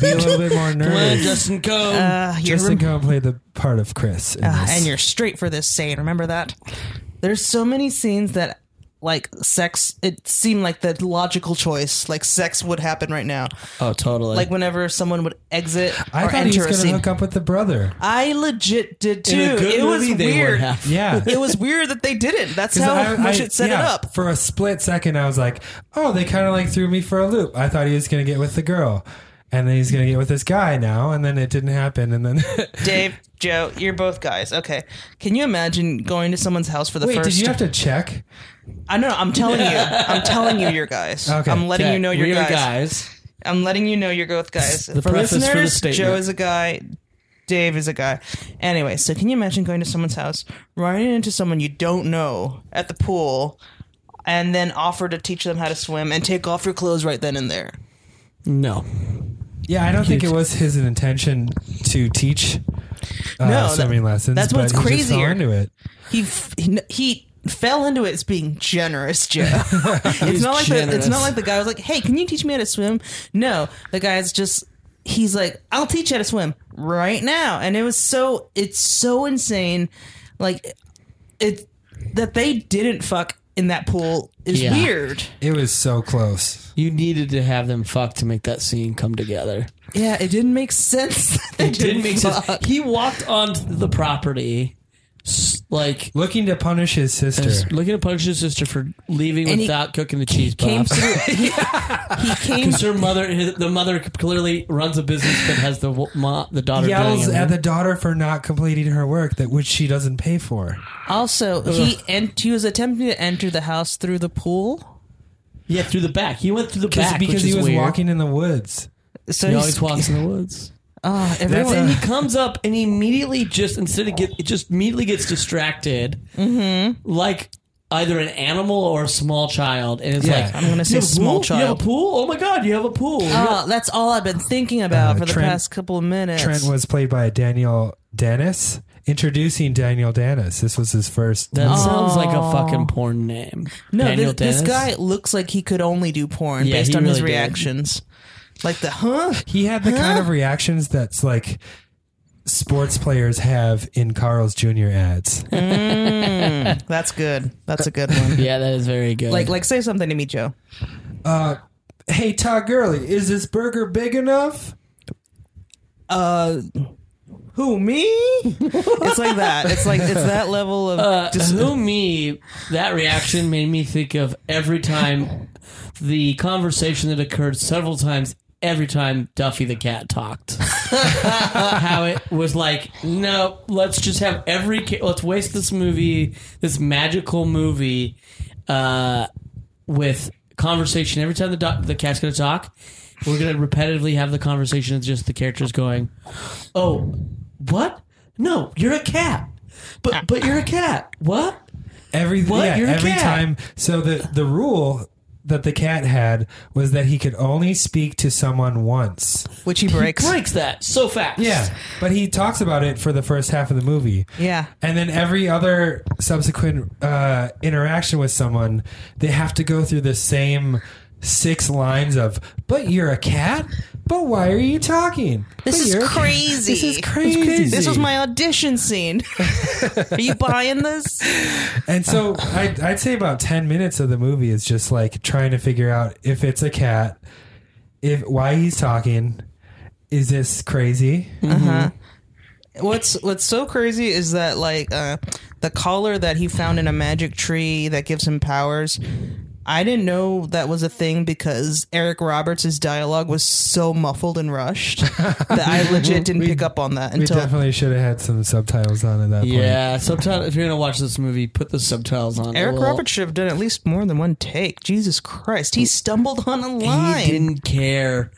Speaker 4: Be a little bit more
Speaker 2: Come on,
Speaker 4: nervous.
Speaker 2: Justin, go.
Speaker 3: Uh, you're
Speaker 4: Justin Cohn played the part of Chris. In
Speaker 3: Ah,
Speaker 4: this.
Speaker 3: and you're straight for this scene. Remember that? There's so many scenes that like sex it seemed like the logical choice like sex would happen right now
Speaker 2: oh, totally.
Speaker 3: like whenever someone would exit
Speaker 4: I
Speaker 3: or
Speaker 4: thought he
Speaker 3: enter
Speaker 4: was
Speaker 3: a
Speaker 4: going to
Speaker 3: scene
Speaker 4: hook up with the brother.
Speaker 3: i legit did too
Speaker 2: in a good
Speaker 3: it
Speaker 2: movie,
Speaker 3: was
Speaker 2: they would
Speaker 3: weird
Speaker 2: have.
Speaker 3: <laughs>
Speaker 4: Yeah.
Speaker 3: it was weird that they didn't that's
Speaker 4: 'Cause
Speaker 3: how
Speaker 4: I-
Speaker 3: much
Speaker 4: I-
Speaker 3: it set
Speaker 4: yeah,
Speaker 3: it up
Speaker 4: For a split second, I was like, "Oh, they kind of like threw me for a loop." I thought he was going to get with the girl, and then he's going to get with this guy now, and then it didn't happen. And then, <laughs>
Speaker 3: dave joe you're both guys okay can you imagine going to someone's house for the
Speaker 4: wait,
Speaker 3: first
Speaker 4: did you have to check?
Speaker 3: i know i'm telling you i'm telling you you're guys
Speaker 4: Okay.
Speaker 3: i'm letting you know you're
Speaker 2: We're
Speaker 3: guys
Speaker 2: guys.
Speaker 3: I'm letting you know you're both guys.
Speaker 2: the preface for the statement.
Speaker 3: Joe is a guy. Dave is a guy. Anyway, so can you imagine going to someone's house, running into someone you don't know at the pool, and then offer to teach them how to swim and take off your clothes right then and there?
Speaker 2: No.
Speaker 4: Yeah, I don't think it
Speaker 3: <laughs>
Speaker 4: was his intention to teach uh,
Speaker 3: No,
Speaker 4: swimming
Speaker 3: that-
Speaker 4: lessons.
Speaker 3: that's
Speaker 4: but
Speaker 3: what's
Speaker 4: he just fell
Speaker 3: crazier.
Speaker 4: into it.
Speaker 3: He f- he, he fell into it as being generous, Joe. it's not like the, it's
Speaker 2: generous.
Speaker 3: not like the guy was like, "Hey, can you teach me how to swim?" No, the guy's just he's like, "I'll teach you how to swim right now," and it was so it's so insane, like it that they didn't fuck in that pool is
Speaker 2: Yeah.
Speaker 3: weird.
Speaker 4: It was so close.
Speaker 2: You needed to have them fuck to make that scene come together. <laughs>
Speaker 3: Yeah, it didn't make sense. <laughs> that they didn't make fuck. sense.
Speaker 2: He walked onto the property, s- like
Speaker 4: Looking to punish his sister.
Speaker 2: s- looking to punch his sister for leaving
Speaker 3: And he
Speaker 2: without cooking the cheese <laughs>
Speaker 3: Came
Speaker 2: puffs.
Speaker 3: through. He, he came.
Speaker 2: Because her mother, his, the mother clearly runs a business but has the wo- ma, the daughter
Speaker 4: Yells
Speaker 2: doing it.
Speaker 4: at the daughter for not completing her work that which she doesn't pay for.
Speaker 3: Also, he and he was attempting to enter the house through the pool.
Speaker 2: yeah through the back. He went through the
Speaker 4: Just
Speaker 2: back
Speaker 4: because
Speaker 2: which
Speaker 4: he
Speaker 2: is
Speaker 4: was
Speaker 2: weird.
Speaker 4: walking in the woods.
Speaker 3: So
Speaker 2: He always
Speaker 3: he's-
Speaker 2: uh, walks
Speaker 3: <laughs>
Speaker 2: in the woods.
Speaker 3: Ah,
Speaker 4: That's
Speaker 3: everyone.
Speaker 2: And
Speaker 4: a-
Speaker 2: he comes up and he immediately just instead of get it just immediately gets distracted,
Speaker 3: Mm-hmm.
Speaker 2: like either an animal or a small child, and it's
Speaker 4: Yeah.
Speaker 2: like
Speaker 4: I'm
Speaker 3: gonna say
Speaker 2: "You have a
Speaker 3: small
Speaker 2: pool? You have
Speaker 3: child."
Speaker 2: a pool? Oh my god, you have a pool!
Speaker 3: Ah, that's all I've been thinking about
Speaker 4: Uh,
Speaker 3: for the
Speaker 4: Trent-
Speaker 3: past couple of minutes.
Speaker 4: Trent was played by Daniel Dennis. Introducing Daniel Dennis. This was his first.
Speaker 2: that
Speaker 4: movie.
Speaker 2: sounds like a fucking porn name.
Speaker 3: Oh. no,
Speaker 2: Daniel
Speaker 3: this, this
Speaker 2: Dennis?
Speaker 3: guy looks like he could only do porn
Speaker 2: Yeah,
Speaker 3: based
Speaker 2: he
Speaker 3: on his
Speaker 2: really did.
Speaker 3: reactions. Like the huh?
Speaker 4: he had the kind
Speaker 3: Huh? <gasps>
Speaker 4: of reactions that's like sports players have in Carl's Jr. ads.
Speaker 3: That's good. That's a
Speaker 4: <laughs>
Speaker 3: good one.
Speaker 2: Yeah, that is very good.
Speaker 3: Like, like, say something to me, Joe.
Speaker 4: hey, Todd Gurley, is this burger big enough?
Speaker 3: Uh, who me? it's like that. It's like it's that
Speaker 4: <laughs>
Speaker 3: level of
Speaker 2: Uh, who me? That reaction made me think of every time the conversation that occurred several times. Every time Duffy the cat talked, <laughs> how it was like, no, let's just have every, ca- let's waste this movie, this magical movie, uh, with conversation. Every time the do- the cat's gonna talk, we're gonna repetitively have the conversation of just the characters going, "Oh, what? No, you're a cat, but but you're a cat. What?
Speaker 4: Every
Speaker 2: What?
Speaker 4: yeah,
Speaker 2: You're a
Speaker 4: every
Speaker 2: cat.
Speaker 4: time. So the the rule that the cat had was that he could only speak to someone once.
Speaker 3: which he breaks.
Speaker 2: Breaks that so fast.
Speaker 4: Yeah, but he talks about it for the first half of the movie.
Speaker 3: Yeah.
Speaker 4: And then every other subsequent uh, interaction with someone, they have to go through the same six lines of, but you're a cat? But why are you talking?
Speaker 3: This
Speaker 4: But
Speaker 3: is
Speaker 4: you're a cat."
Speaker 3: crazy.
Speaker 4: This is crazy.
Speaker 3: This was my
Speaker 4: <laughs>
Speaker 3: audition scene. Are you buying this?
Speaker 2: <laughs>
Speaker 4: And so I'd, I'd say about 10 minutes of the movie is just like trying to figure out if it's a cat, if why he's talking. Is this crazy?
Speaker 3: What's What's so crazy is that like uh, the collar that he found in a magic tree that gives him powers. I didn't know that was a thing because Eric Roberts' dialogue was so muffled and
Speaker 4: <laughs>
Speaker 3: rushed that I legit didn't pick up on that
Speaker 4: We
Speaker 3: until
Speaker 4: definitely should have had some subtitles on at that point.
Speaker 2: Yeah, subtitle. If you're gonna watch this movie, put the subtitles on.
Speaker 3: Eric
Speaker 2: It'll-
Speaker 3: Roberts should have done at least more than one take. Jesus Christ, he stumbled on a line.
Speaker 2: He didn't care.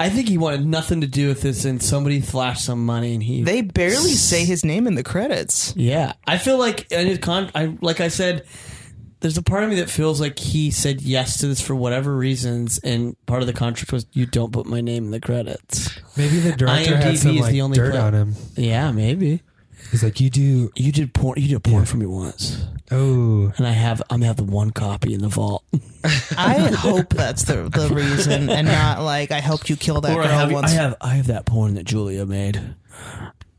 Speaker 2: I think he wanted nothing to do with this, and somebody flashed some money, and he.
Speaker 3: They barely say his name in
Speaker 4: <laughs>
Speaker 3: the credits.
Speaker 2: yeah, I feel like and his con. I like I said. There's a part of me that feels like he said yes to this for whatever reasons, and part of the contract was you don't put my name in the credits.
Speaker 4: Maybe the director
Speaker 2: IMDb
Speaker 4: had some
Speaker 2: is
Speaker 4: like
Speaker 2: the only
Speaker 4: dirt
Speaker 2: pla-
Speaker 4: on him.
Speaker 2: Yeah, maybe
Speaker 4: He's like, you do.
Speaker 2: you did porn. You did porn for me once,
Speaker 4: Oh,
Speaker 2: and I have I'm gonna have the one copy in the vault.
Speaker 3: I hope that's the, the reason and not like I helped you kill that
Speaker 2: Or I
Speaker 3: girl
Speaker 2: have, I
Speaker 3: once.
Speaker 2: have I have that porn that Julia made.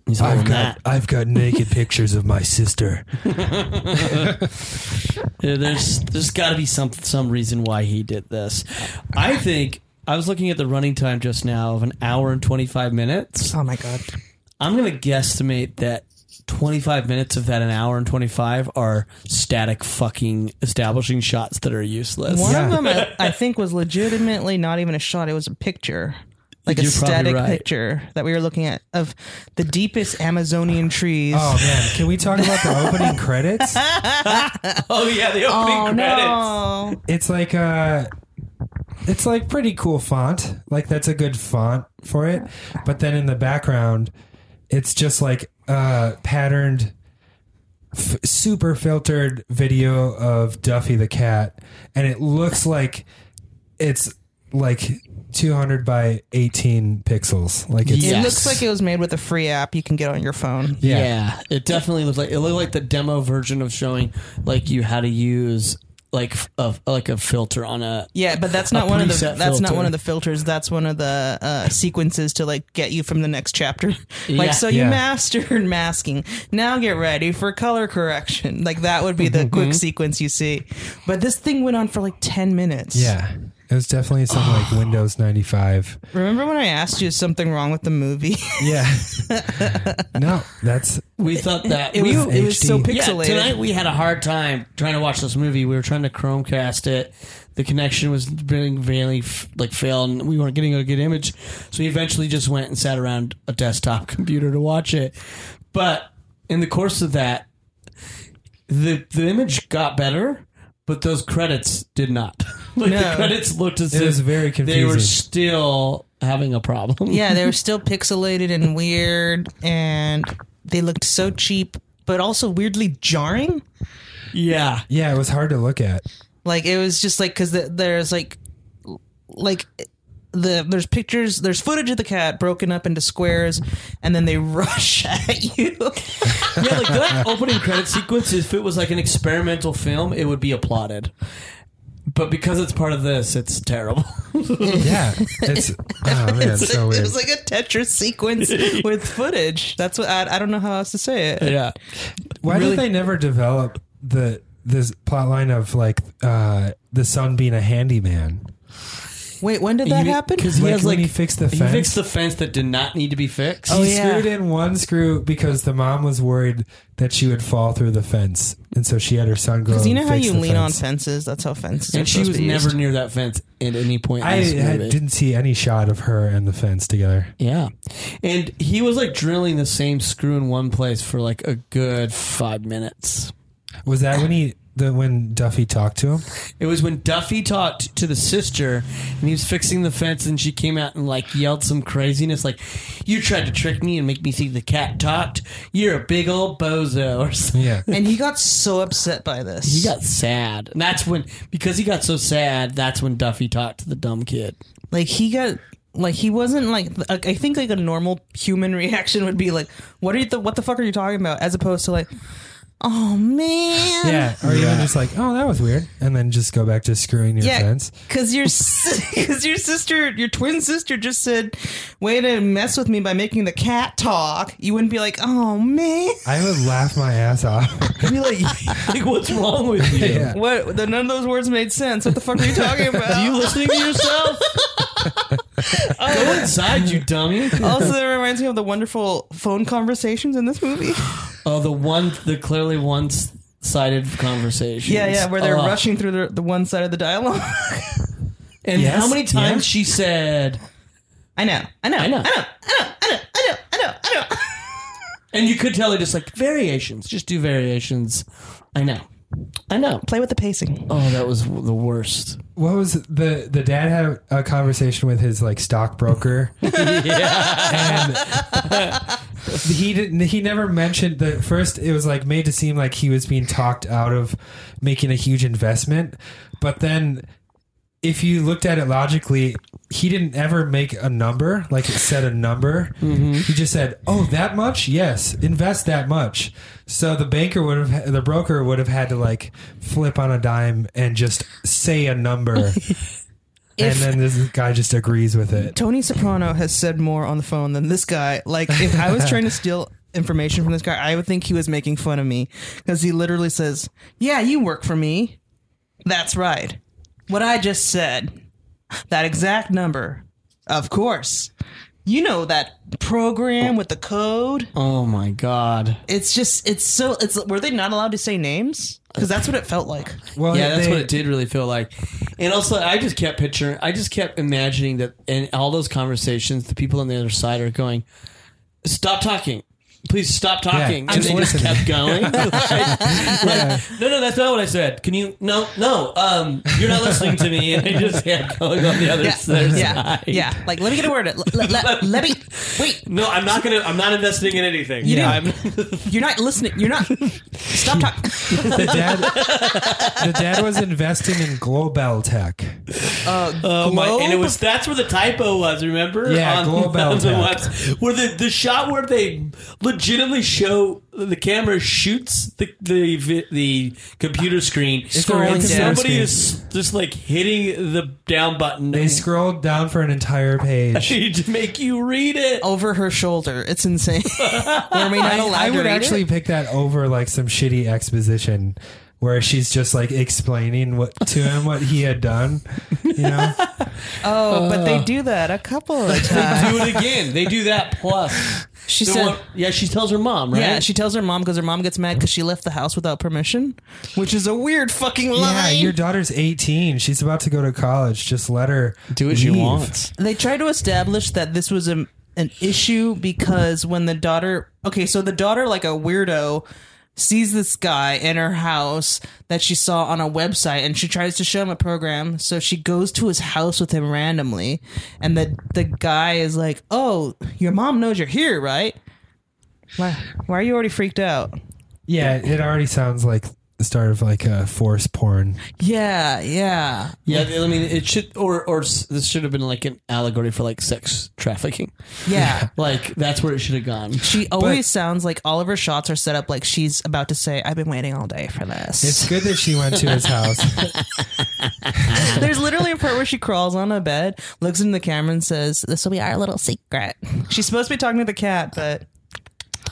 Speaker 2: He's "Oh,
Speaker 4: I've
Speaker 2: holding
Speaker 4: got I've got
Speaker 2: <laughs>
Speaker 4: naked pictures of my sister.
Speaker 2: Yeah, there's there's got to be some some reason why he did this. I think I was looking at the running time just now of an hour and 25 minutes.
Speaker 3: oh my god.
Speaker 2: I'm going to guesstimate that 25 minutes of that an hour and 25 are static fucking establishing shots that are useless.
Speaker 3: One
Speaker 4: Yeah.
Speaker 3: of them I, I think was legitimately not even a shot, it was a picture. Like a
Speaker 2: You're probably
Speaker 3: static
Speaker 2: right.
Speaker 3: picture that we were looking at of the deepest Amazonian trees.
Speaker 4: Oh man, can we talk about the
Speaker 2: <laughs>
Speaker 4: opening
Speaker 2: <laughs>
Speaker 4: credits?
Speaker 2: Oh yeah, the opening
Speaker 3: Oh, no.
Speaker 4: It's like uh it's like pretty cool font. Like that's a good font for it. But then in the background, it's just like uh patterned f- super filtered video of Duffy the cat and it looks like it's like 200 by 18 pixels. Like it's
Speaker 2: Yeah.
Speaker 3: It
Speaker 2: Yes.
Speaker 3: looks like it was made with a free app you can get on your phone.
Speaker 2: Yeah. it definitely looked like it looked like the demo version of showing like you how to use like f- of like a filter on a
Speaker 3: Yeah, but that's not one of the
Speaker 2: preset
Speaker 3: that's not
Speaker 2: filter.
Speaker 3: one of the filters. That's one of the uh, sequences to like get you from the next chapter. <laughs> like
Speaker 2: Yeah.
Speaker 3: so you
Speaker 4: Yeah.
Speaker 3: mastered masking. Now get ready for color correction. Like that would
Speaker 2: <laughs>
Speaker 3: be the quick sequence you see. But this thing went on for like 10 minutes.
Speaker 4: yeah. It was definitely something like Windows 95.
Speaker 3: Remember when I asked you is something wrong with the movie?
Speaker 4: Yeah. <laughs> no, that's
Speaker 2: We thought that
Speaker 3: <laughs> It
Speaker 2: we-
Speaker 3: was- it was so
Speaker 4: HD.
Speaker 2: Yeah,
Speaker 3: pixelated.
Speaker 2: tonight we had a hard time trying to watch this movie. We were trying to Chromecast it. The connection was being really f- like failed, and we weren't getting a good image. So we eventually just went and sat around a desktop <laughs> computer to watch it. But in the course of that, the the image got better, but those credits did not. <laughs> like
Speaker 3: No.
Speaker 2: the credits looked as
Speaker 4: It
Speaker 2: if
Speaker 4: was very
Speaker 2: they were
Speaker 4: confusing.
Speaker 2: still having a problem.
Speaker 3: yeah, they were still pixelated and weird and they looked so cheap but also weirdly jarring.
Speaker 2: <laughs> yeah.
Speaker 4: yeah, it was hard to look at.
Speaker 3: Like it was just like because the, there's like like the there's pictures there's footage of the cat broken up into squares and then they <laughs> rush at you. <laughs>
Speaker 2: yeah, like that opening credit sequence, if it was like an experimental film, it would be applauded. But because it's part of this, it's terrible.
Speaker 4: Yeah,
Speaker 3: <laughs>
Speaker 4: it's oh man, it's so
Speaker 3: it
Speaker 4: weird.
Speaker 3: was like a Tetris sequence with footage. That's what I, I don't know how else to say
Speaker 2: <laughs>
Speaker 3: it.
Speaker 2: yeah.
Speaker 4: Why
Speaker 2: really-
Speaker 4: did they never develop the this plot line of like uh, the son being a handyman?
Speaker 3: Wait, when did that happen?
Speaker 2: Because he
Speaker 4: Like
Speaker 2: has
Speaker 4: when
Speaker 2: like
Speaker 4: he fixed the
Speaker 2: he
Speaker 4: fence?
Speaker 2: fixed the fence that did not need to be fixed.
Speaker 3: Oh,
Speaker 4: he
Speaker 3: yeah.
Speaker 4: screwed in one screw because the mom was worried that she would fall through the fence, and so she had her son go.
Speaker 3: Because you
Speaker 4: and
Speaker 3: know how
Speaker 4: fix
Speaker 3: you
Speaker 4: the
Speaker 3: lean
Speaker 4: fence.
Speaker 3: on fences. That's how fences. are
Speaker 2: and she
Speaker 3: supposed
Speaker 2: was
Speaker 3: to be
Speaker 2: never
Speaker 3: used.
Speaker 2: near that fence at any point. In
Speaker 4: I,
Speaker 2: this
Speaker 4: I
Speaker 2: movie.
Speaker 4: didn't see any shot of her and the fence together.
Speaker 2: Yeah, and he was like drilling the same screw in one place for like a good five minutes.
Speaker 4: Was that when he the when Duffy talked to him?
Speaker 2: It was when Duffy talked to the sister and he was fixing the fence and she came out and like yelled some craziness like, You tried to trick me and make me think the cat talked. You're a big old bozo <laughs> or something.
Speaker 3: <laughs>
Speaker 4: Yeah,
Speaker 3: And he got so upset by this.
Speaker 2: He got sad. And that's when because he got so sad, that's when Duffy talked to the dumb kid. <laughs>
Speaker 3: like he got like he wasn't like like, I <laughs> think like a normal human reaction would be like what are you the what the fuck are you talking about as opposed to like oh man.
Speaker 4: Yeah, or even just like, oh, that was weird, and then just go back to screwing your
Speaker 3: Yeah,
Speaker 4: friends.
Speaker 3: because your <laughs> because your sister, your twin sister, just said, "Way to mess with me by making the cat talk." You wouldn't be like, "Oh man,
Speaker 4: I would laugh my ass off. <laughs>
Speaker 2: I'd be like, like, what's wrong with you? <laughs>
Speaker 4: Yeah.
Speaker 3: what?" The, none of those words made sense. What the fuck are you talking about?
Speaker 2: Are you listening to yourself? <laughs> Go inside, you dummy.
Speaker 3: also, that reminds me of the wonderful phone conversations in this movie.
Speaker 2: Oh, the one, the clearly one-sided Oh. conversation.
Speaker 3: <laughs> Yeah, yeah, where they're rushing through the, the one side of the dialogue. <laughs>
Speaker 2: And
Speaker 4: Yes,
Speaker 2: how many times
Speaker 4: yeah.
Speaker 2: she said,
Speaker 3: I know, I know, I
Speaker 2: know.
Speaker 3: know, I know, I know, I know, I know, I know. <laughs> I
Speaker 2: and you could tell they're just like variations. Just do variations. I know. I know.
Speaker 3: Play with the pacing.
Speaker 2: Oh, that was the worst.
Speaker 4: What was the the dad had a conversation with his like stockbroker, and he didn't. He never mentioned the first. It was like made to seem like he was being talked out of making a huge investment, but then if you looked at it logically, he didn't ever make a number, like it said a number. He just said, "Oh, that much? Yes, invest that much." So the banker would have, the broker would have had to like flip on a dime and just say a number, and then this guy just agrees with it.
Speaker 3: Tony Soprano has said more on the phone than this guy. Like, if I was trying to steal information from this guy, I would think he was making fun of me because he literally says, Yeah, you work for me. That's right. What I just said, that exact number, of course. You know that program with the code.
Speaker 2: Oh my god.
Speaker 3: It's just, it's so, it's, were they not allowed to say names? Because that's what it felt like.
Speaker 4: Well,
Speaker 2: yeah, that's
Speaker 4: they-
Speaker 2: what it did really feel like. And also, I just kept picturing, I just kept imagining that in all those conversations, the people on the other side are going, "Stop talking." Please stop talking. and
Speaker 4: just
Speaker 2: they just
Speaker 4: listen.
Speaker 2: kept going. <laughs> Like- like, no, no, that's not what I said. Can you? No, no. Um, you're not listening to me. <laughs> And they just kept going on the other side.
Speaker 3: yeah, yeah. Like, let me get a word. in. Let, let- let- <laughs> let me, wait,
Speaker 2: No, I'm not gonna. I'm not investing in anything.
Speaker 4: Yeah.
Speaker 2: I'm,
Speaker 3: you're not listening. You're not, stop talking.
Speaker 4: The dad, the dad was investing in Global Tech.
Speaker 3: uh,
Speaker 2: Oh my! And it was that's where the typo was. Remember?
Speaker 4: Yeah,
Speaker 2: <laughs>
Speaker 4: Global
Speaker 2: the
Speaker 4: Tech.
Speaker 2: webs- where the, the shot where they legitimately show the camera shoots the the vi- the computer screen,
Speaker 4: a
Speaker 2: and
Speaker 4: computer
Speaker 2: somebody
Speaker 4: screen.
Speaker 2: is just like hitting the down button <laughs>
Speaker 4: They scrolled down for an entire page.
Speaker 2: to make you read it.
Speaker 3: over her shoulder. It's insane. Were we not allowed
Speaker 4: I
Speaker 3: to
Speaker 4: would
Speaker 3: read
Speaker 4: actually
Speaker 3: it?
Speaker 4: pick that over like some shitty exposition where she's just like explaining what to him what he had done. You know?
Speaker 3: Oh, but
Speaker 2: uh,
Speaker 3: they do that a couple of
Speaker 2: <laughs>
Speaker 3: times.
Speaker 2: do it again. They do that <laughs> plus.
Speaker 3: She
Speaker 2: The
Speaker 3: said.
Speaker 2: one- yeah, she tells her mom, right?
Speaker 3: Yeah, she tells her mom because her mom gets mad because she left the house without permission, which is a weird fucking
Speaker 4: yeah,
Speaker 3: <laughs> line.
Speaker 4: your daughter's 18. She's about to go to college. Just let her
Speaker 2: do what she
Speaker 4: leave.
Speaker 2: wants.
Speaker 3: they try to establish that this was a, an issue because when the daughter, okay, so the daughter, like a weirdo, sees this guy in her house that she saw on a website and she tries to show him a program. So she goes to his house with him randomly, and the, the guy is like, Oh, your mom knows you're here, right? Why, why are you already freaked out?
Speaker 4: Yeah, it already sounds like the start of like a force porn.
Speaker 3: Yeah, yeah.
Speaker 2: Yeah, I mean, it should or or s- this should have been like an allegory for like sex trafficking.
Speaker 3: Yeah.
Speaker 2: Like that's where it should have gone.
Speaker 3: She always sounds like all of her shots are set up like she's about to say, I've been waiting all day for this.
Speaker 4: It's good that she went to his
Speaker 3: <laughs>
Speaker 4: house.
Speaker 3: There's literally a part where she crawls on a bed, looks into the camera, and says, "This will be our little secret." She's supposed to be talking to the cat, but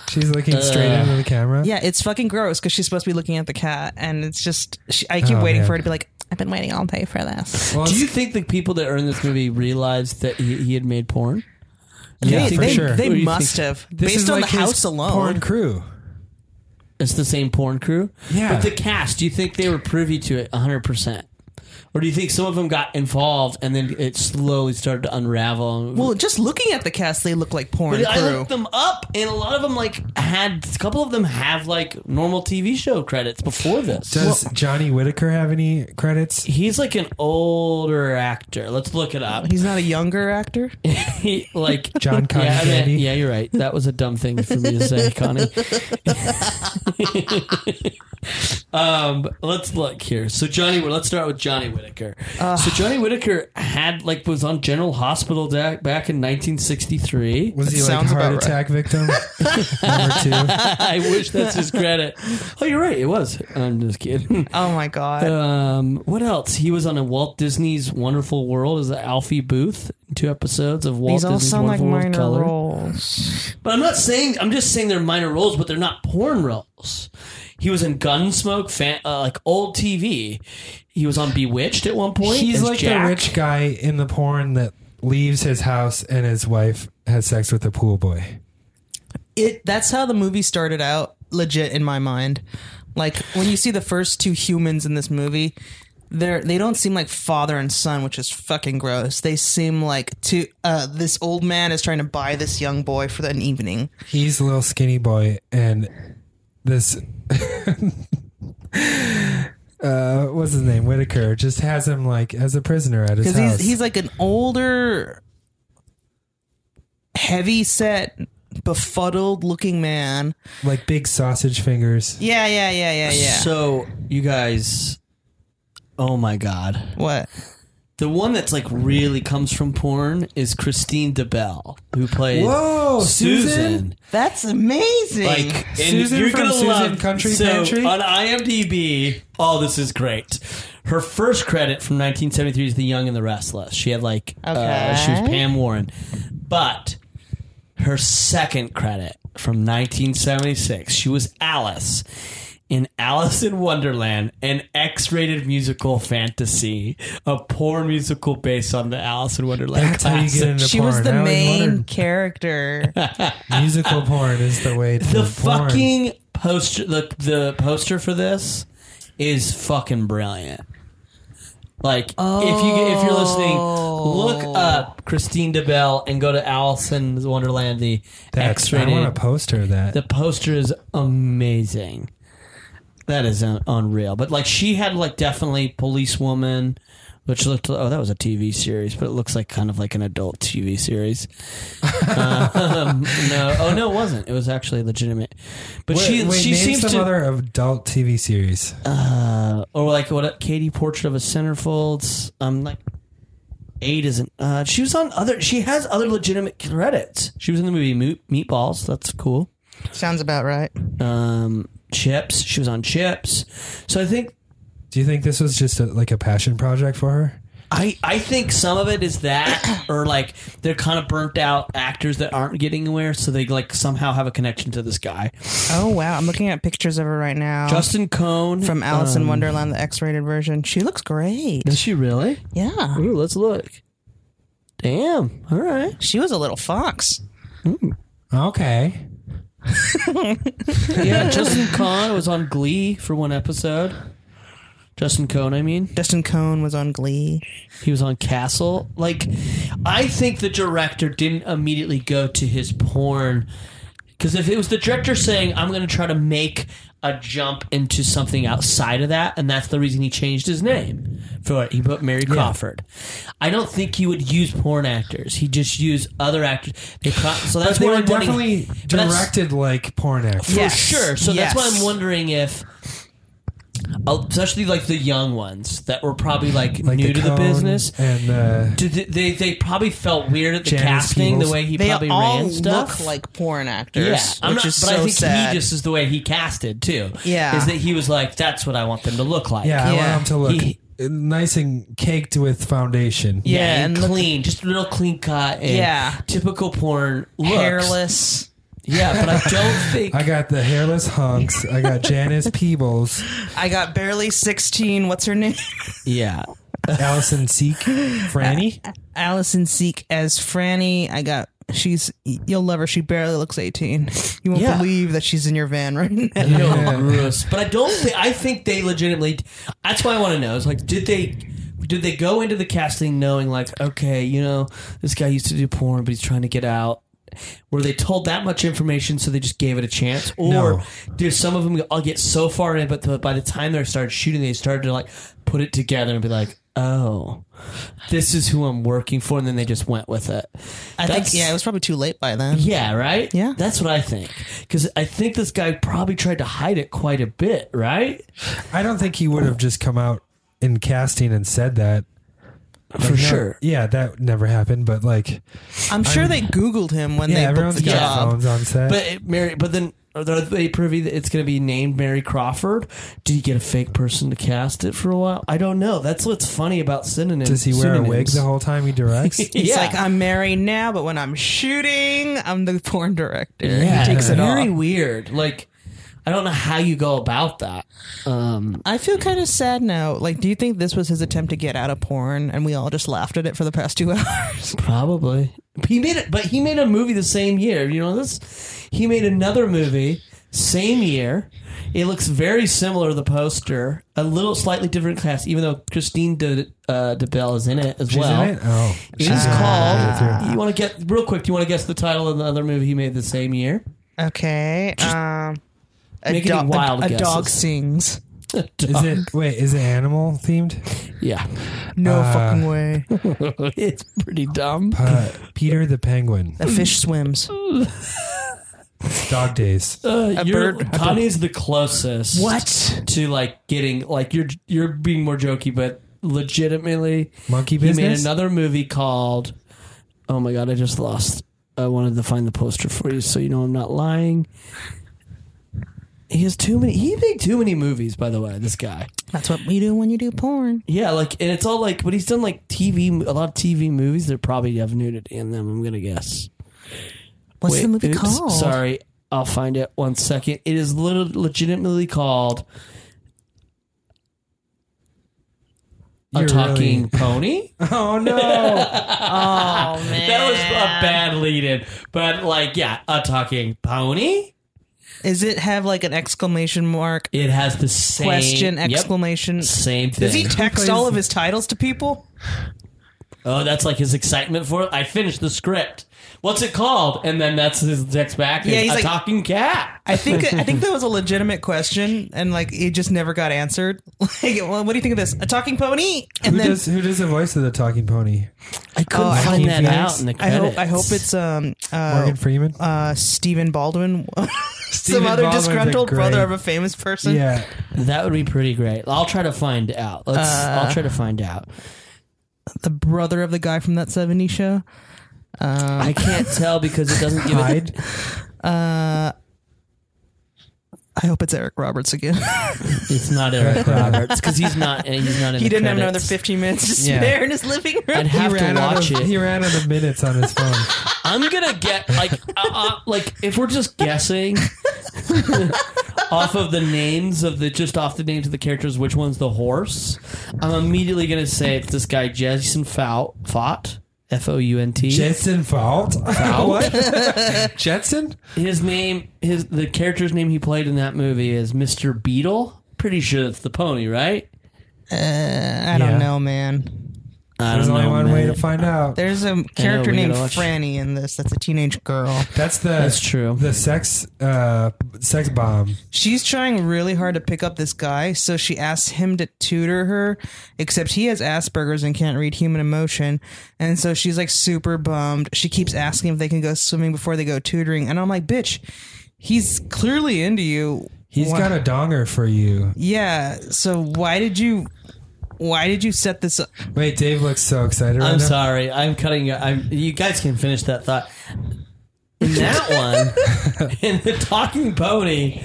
Speaker 4: She's looking straight into the camera.
Speaker 3: yeah, it's fucking gross because she's supposed to be looking at the cat, and it's just she, I keep
Speaker 4: Oh,
Speaker 3: waiting
Speaker 4: man.
Speaker 3: for her to be like, "I've been waiting all day for this."
Speaker 4: Well,
Speaker 2: Do you
Speaker 4: it's-
Speaker 2: think the people that are in this movie realized that he, he had made porn?
Speaker 4: yeah,
Speaker 3: they
Speaker 4: for
Speaker 3: they,
Speaker 4: sure.
Speaker 3: they
Speaker 2: What do you
Speaker 3: must
Speaker 2: think?
Speaker 3: have
Speaker 4: This
Speaker 3: based
Speaker 4: is
Speaker 3: on
Speaker 4: like
Speaker 3: the
Speaker 4: his
Speaker 3: house alone.
Speaker 4: Porn crew.
Speaker 2: It's the same porn crew.
Speaker 4: Yeah.
Speaker 2: But the cast, do you think they were privy to it 100%? Or do you think some of them got involved and then it slowly started to unravel?
Speaker 3: Well, just looking at the cast, they look like porn
Speaker 2: But I
Speaker 3: crew.
Speaker 2: looked them up, and a lot of them like had a couple of them have like normal TV show credits before this.
Speaker 4: Does Johnny Whitaker have any credits?
Speaker 2: He's like an older actor. Let's look it up.
Speaker 3: He's not a younger actor.
Speaker 2: He, like
Speaker 3: <laughs>
Speaker 4: John Cotton
Speaker 2: yeah, I mean,
Speaker 4: Candy?
Speaker 2: yeah, you're right. That was a dumb thing for me to <laughs> say, Connie. um, let's look here. So Johnny, let's start with Johnny Whitaker. Whitaker. so Johnny Whitaker had like was on General Hospital da- back in 1963.
Speaker 4: Was
Speaker 3: That
Speaker 4: he like
Speaker 3: sounds about
Speaker 4: heart
Speaker 3: right.
Speaker 4: attack
Speaker 3: <laughs>
Speaker 4: victim? Number
Speaker 2: <laughs>
Speaker 4: two.
Speaker 2: I wish that's his credit. Oh, you're right. It was. I'm just kidding. <laughs>
Speaker 3: Oh my god.
Speaker 2: Um, what else? He was on a Walt Disney's Wonderful World as Alfie Booth. Two episodes of Walt
Speaker 3: These all
Speaker 2: Disney's
Speaker 3: sound like
Speaker 2: Wonderful World
Speaker 3: minor
Speaker 2: Color.
Speaker 3: roles.
Speaker 2: But I'm not saying I'm just saying they're minor roles, but they're not porn roles. He was in Gunsmoke, fan, uh, like old TV. He was on Bewitched at one point.
Speaker 4: He's
Speaker 2: as
Speaker 4: like
Speaker 2: Jack.
Speaker 4: the rich guy in the porn that leaves his house and his wife has sex with a pool boy.
Speaker 3: It that's how the movie started out legit in my mind. Like when you see the first two humans in this movie, they're they don't seem like father and son, which is fucking gross. They seem like two uh this old man is trying to buy this young boy for an evening.
Speaker 4: He's a little skinny boy, and this. <laughs> Uh, what's his name? Whitaker just has him like as a prisoner at his
Speaker 3: Because
Speaker 4: house.
Speaker 3: he's he's like an older heavy set befuddled looking man.
Speaker 4: like big sausage fingers.
Speaker 3: Yeah, yeah, yeah, yeah, yeah.
Speaker 2: So you guys, oh my god,
Speaker 3: what?
Speaker 2: the one that's like really comes from porn is Christine DeBell, who played
Speaker 4: Whoa,
Speaker 2: Susan.
Speaker 3: That's amazing.
Speaker 2: Like and
Speaker 4: Susan
Speaker 2: you're
Speaker 4: from
Speaker 2: gonna
Speaker 4: Susan
Speaker 2: love
Speaker 4: Country
Speaker 2: so
Speaker 4: Pantry?
Speaker 2: on IMDb. Oh, this is great. Her first credit from 1973 is The Young and the Restless. She had like uh,
Speaker 3: Okay.
Speaker 2: she was Pam Warren, but her second credit from 1976 she was Alice in Alice in Wonderland, an X-rated musical fantasy, a poor musical based on the Alice in Wonderland
Speaker 4: That's how you
Speaker 2: classic.
Speaker 4: get into
Speaker 3: she
Speaker 4: porn.
Speaker 3: was the
Speaker 4: I always
Speaker 3: main
Speaker 4: wondered-
Speaker 3: character. <laughs>
Speaker 4: musical porn is the way to
Speaker 2: the
Speaker 4: porn.
Speaker 2: fucking poster the the poster for this is fucking brilliant like if you get- if you're listening
Speaker 4: Oh.
Speaker 2: look up christine debelle and go to alice in wonderland the
Speaker 4: That's, I want
Speaker 2: x-rated
Speaker 4: to post her that.
Speaker 2: the poster is amazing that is un- unreal but like she had like definitely policewoman which looked oh that was a tv series but it looks like kind of like an adult tv series um, <laughs> no oh no it wasn't it was actually legitimate but
Speaker 4: Wait,
Speaker 2: she
Speaker 4: wait,
Speaker 2: she
Speaker 4: name
Speaker 2: seems
Speaker 4: some
Speaker 2: to
Speaker 4: other adult TV series.
Speaker 2: uh, or like what Katie Portrait of a Centerfold. Um, like eight isn't. Uh, she was on other. She has other legitimate credits. She was in the movie Mo- Meatballs. That's cool.
Speaker 3: Sounds about right.
Speaker 2: Um, Chips. She was on Chips. So I think
Speaker 4: Do you think this was just a, like a passion project for her?
Speaker 2: I I think some of it is that, or like they're kind of burnt out actors that aren't getting anywhere, so they like somehow have a connection to this guy,
Speaker 3: Oh wow, I'm looking at pictures of her right now.
Speaker 2: Justin Cohn
Speaker 3: from Alice in
Speaker 2: um,
Speaker 3: Wonderland, the X-rated version. She looks great.
Speaker 2: Does she really?
Speaker 3: Yeah,
Speaker 2: Ooh, let's look. Damn. All right.
Speaker 3: she was a little fox.
Speaker 4: Okay.
Speaker 2: Yeah, Justin Cohn was on Glee for one episode. Justin Cohn, I mean,
Speaker 3: Justin Cohn was on Glee.
Speaker 2: he was on Castle. Like, I think the director didn't immediately go to his porn because if it was the director saying, "I'm going to try to make a jump into something outside of that," and that's the reason he changed his name for it, he put Mary Crawford. I don't think he would use porn actors. He just used other actors. They pro- so that's
Speaker 4: But they
Speaker 2: why
Speaker 4: were
Speaker 2: I'm wondering-
Speaker 4: definitely
Speaker 2: but that's-
Speaker 4: directed like porn actors.
Speaker 2: for
Speaker 3: Yes.
Speaker 2: sure. So that's why
Speaker 3: Yes.
Speaker 2: I'm wondering if, uh, especially like the young ones that were probably like,
Speaker 4: Like
Speaker 2: new
Speaker 4: the
Speaker 2: to the
Speaker 4: Coen
Speaker 2: business,
Speaker 4: And uh,
Speaker 2: do they, they they probably felt weird at the
Speaker 4: Janice
Speaker 2: casting,
Speaker 4: Keels.
Speaker 2: the way he
Speaker 3: They
Speaker 2: probably
Speaker 3: all
Speaker 2: ran stuff.
Speaker 3: look like porn actors,
Speaker 2: yeah,
Speaker 3: which
Speaker 2: I'm not,
Speaker 3: is
Speaker 2: but
Speaker 3: so
Speaker 2: I think
Speaker 3: sad.
Speaker 2: he just is the way he casted too.
Speaker 3: Yeah.
Speaker 2: is that he was like, that's what I want them to look like.
Speaker 4: yeah, I
Speaker 3: Yeah.
Speaker 4: want him to look
Speaker 2: He-
Speaker 4: nice and caked with foundation.
Speaker 2: Yeah,
Speaker 3: Yeah,
Speaker 2: and,
Speaker 3: and look-
Speaker 2: clean, just real clean cut, and
Speaker 3: Yeah.
Speaker 2: typical porn looks.
Speaker 3: hairless.
Speaker 2: Yeah, but I
Speaker 4: <laughs>
Speaker 2: don't think
Speaker 4: I got the hairless hunks.
Speaker 2: <laughs>
Speaker 4: I got Janice Peebles,
Speaker 3: I got barely 16. What's her name?
Speaker 2: yeah.
Speaker 4: Allison Seek, Franny.
Speaker 3: Allison Seek as Franny. I got. She's. You'll love her. She barely looks 18. You won't
Speaker 2: Yeah.
Speaker 3: believe that she's in your van right now.
Speaker 2: No,
Speaker 4: Yeah.
Speaker 2: gross. But I don't think I think they legitimately. That's why I want to know. Is like, did they? Did they go into the casting knowing like, okay, you know, this guy used to do porn, but he's trying to get out? Were they told that much information, so they just gave it a chance, or
Speaker 4: No.
Speaker 2: do some of them all get so far in, but the, by the time they started shooting, they started to like put it together and be like, oh, this is who I'm working for, and then they just went with it.
Speaker 3: I
Speaker 2: That's-
Speaker 3: think. Yeah, it was probably too late by then.
Speaker 2: yeah, right?
Speaker 3: Yeah.
Speaker 2: That's what I think. Because I think this guy probably tried to hide it quite a bit, right?
Speaker 4: I don't think he would have just come out in casting and said that.
Speaker 5: for
Speaker 4: Like, no-
Speaker 5: sure.
Speaker 4: Yeah, that never happened, but like,
Speaker 3: I'm sure they Googled him when
Speaker 4: yeah,
Speaker 3: they booked
Speaker 4: everyone's
Speaker 3: the
Speaker 4: got
Speaker 3: job.
Speaker 4: phones on set.
Speaker 2: But it, Mary, but then are there- are they privy that it's going to be named Mary Crawford? Do you get a fake person to cast it for a while? I don't know. That's what's funny about synonyms.
Speaker 4: Does he wear a wig
Speaker 2: synonyms.
Speaker 4: the whole time
Speaker 2: <laughs>
Speaker 4: he directs?
Speaker 3: He's
Speaker 2: Yeah.
Speaker 3: like, "Ah, I'm married now, but when I'm shooting, I'm the porn director.
Speaker 2: Yeah,
Speaker 3: he takes
Speaker 2: it's
Speaker 3: it
Speaker 2: very
Speaker 3: off.
Speaker 2: weird. Like, I don't know how you go about that. Um,
Speaker 3: I feel kind of sad now. Like, do you think this was his attempt to get out of porn, and we all just laughed at it for the past two <laughs> hours?
Speaker 2: Probably. He made it, but he made a movie the same year. You know this. He made another movie same year. It looks very similar to the poster, a little slightly different cast, even though Christine De, uh, DeBell is in it as
Speaker 4: She's
Speaker 2: well.
Speaker 4: in it? Oh.
Speaker 2: It is called. You want to get real quick? Do you want to guess the title of the other movie he made the same year? <laughs>
Speaker 3: okay. Um, a,
Speaker 2: Make any
Speaker 3: dog- a-
Speaker 2: wild
Speaker 3: a dog
Speaker 2: guesses.
Speaker 3: sings.
Speaker 4: Is
Speaker 2: <laughs>
Speaker 4: it wait? Is it animal themed?
Speaker 3: <laughs>
Speaker 2: Yeah,
Speaker 3: No
Speaker 4: Uh,
Speaker 3: fucking way.
Speaker 2: it's pretty dumb.
Speaker 4: Uh, Peter the Penguin,
Speaker 3: A fish
Speaker 2: <laughs>
Speaker 3: swims.
Speaker 4: Dog Days.
Speaker 2: Uh,
Speaker 3: A
Speaker 2: you're-
Speaker 3: bird- a
Speaker 2: Connie's the closest.
Speaker 3: What?
Speaker 2: to like getting like you're you're being more jokey, but legitimately,
Speaker 4: Monkey
Speaker 2: he made
Speaker 4: business?
Speaker 2: another movie called. Oh my god, I just lost. I wanted to find the poster for you, so you know I'm not lying. He has too many. He made too many movies, by the way. This guy,
Speaker 3: That's what we do when you do porn.
Speaker 2: yeah, like, and it's all like, but he's done like TV, a lot of TV movies that probably have nudity in them. I'm gonna guess.
Speaker 3: What's the
Speaker 2: Wait,
Speaker 3: movie
Speaker 2: oops,
Speaker 3: called?
Speaker 2: Sorry, I'll find it one second. It is lit- legitimately called A
Speaker 4: You're
Speaker 2: Talking
Speaker 4: really-
Speaker 2: Pony.
Speaker 4: <laughs>
Speaker 2: <laughs>
Speaker 4: Oh no!
Speaker 3: Oh man,
Speaker 2: that was a bad lead in, but like, yeah, A Talking Pony.
Speaker 3: Is it have like an exclamation mark?
Speaker 2: It has the same
Speaker 3: Question
Speaker 2: yep,
Speaker 3: exclamation.
Speaker 2: same thing.
Speaker 3: Does he text all of his titles to people?
Speaker 2: oh, that's like his excitement for it. I finished the script. What's it called? And then that's his text back.
Speaker 3: Yeah,
Speaker 2: is,
Speaker 3: he's
Speaker 2: a
Speaker 3: like-
Speaker 2: talking cat.
Speaker 3: I think I think that was a legitimate question, and like it just never got answered. <laughs> Like, well, what do you think of this? A talking pony? And
Speaker 4: who
Speaker 3: then
Speaker 4: does who does the voice of the talking pony?
Speaker 2: I couldn't
Speaker 3: Oh, I
Speaker 2: find
Speaker 4: hope
Speaker 2: that
Speaker 4: he
Speaker 2: out
Speaker 4: is.
Speaker 2: in the
Speaker 3: I
Speaker 2: credits.
Speaker 3: hope I hope it's um uh,
Speaker 4: Morgan Freeman.
Speaker 3: uh Stephen Baldwin, <laughs> some
Speaker 4: Stephen
Speaker 3: other
Speaker 4: Baldwin's a
Speaker 3: disgruntled
Speaker 4: great-
Speaker 3: brother of a famous person.
Speaker 4: yeah,
Speaker 2: That would be pretty great. I'll try to find out. Let's.
Speaker 3: Uh,
Speaker 2: I'll try to find out.
Speaker 3: the brother of the guy from that '70s show. uh,
Speaker 2: I can't tell because it doesn't give it.
Speaker 4: Hyde.
Speaker 3: I hope it's Eric Roberts
Speaker 4: <laughs>
Speaker 3: again.
Speaker 2: It's not Eric Roberts because he's not. He's not in.
Speaker 3: he
Speaker 2: the
Speaker 3: didn't have another
Speaker 2: credits.
Speaker 3: 15 minutes to
Speaker 4: Yeah.
Speaker 3: spare in his living room.
Speaker 2: I'd have to
Speaker 4: ran out
Speaker 2: watch
Speaker 4: of-
Speaker 2: it.
Speaker 4: He ran out of minutes on his
Speaker 2: <laughs>
Speaker 4: phone.
Speaker 2: I'm gonna get like, uh, uh, like if we're just guessing <laughs> off of the names of the just off the names of the characters, which one's the horse? I'm immediately gonna say it's this guy Jason Fout, Fought, F O U N T.
Speaker 4: Jetson Fault. <laughs> what?
Speaker 2: <laughs>
Speaker 4: Jetson?
Speaker 2: His name, his the character's name he played in that movie is Mr. Beetle. Pretty sure it's the pony, right?
Speaker 3: I don't
Speaker 4: Yeah.
Speaker 3: know, man.
Speaker 2: I
Speaker 4: There's
Speaker 2: don't
Speaker 4: only
Speaker 2: know,
Speaker 4: one way
Speaker 2: man.
Speaker 4: to find out.
Speaker 3: There's a character
Speaker 2: we gotta
Speaker 3: named
Speaker 2: watch.
Speaker 3: Franny in this. That's a teenage girl.
Speaker 4: That's the
Speaker 2: That's true.
Speaker 4: The sex uh sex bomb.
Speaker 3: She's trying really hard to pick up this guy, so she asks him to tutor her, except he has Asperger's and can't read human emotion. And so she's like super bummed. She keeps asking if they can go swimming before they go tutoring. And I'm like, bitch, he's clearly into you.
Speaker 4: He's
Speaker 3: Why-
Speaker 4: got a donger for you.
Speaker 3: Yeah. So why did you why did you set this up?
Speaker 4: Wait, Dave looks so excited right
Speaker 2: I'm
Speaker 4: now.
Speaker 2: sorry. I'm cutting. you- I'm. You guys can finish that thought. In
Speaker 4: <laughs>
Speaker 2: that one, in the Talking Pony,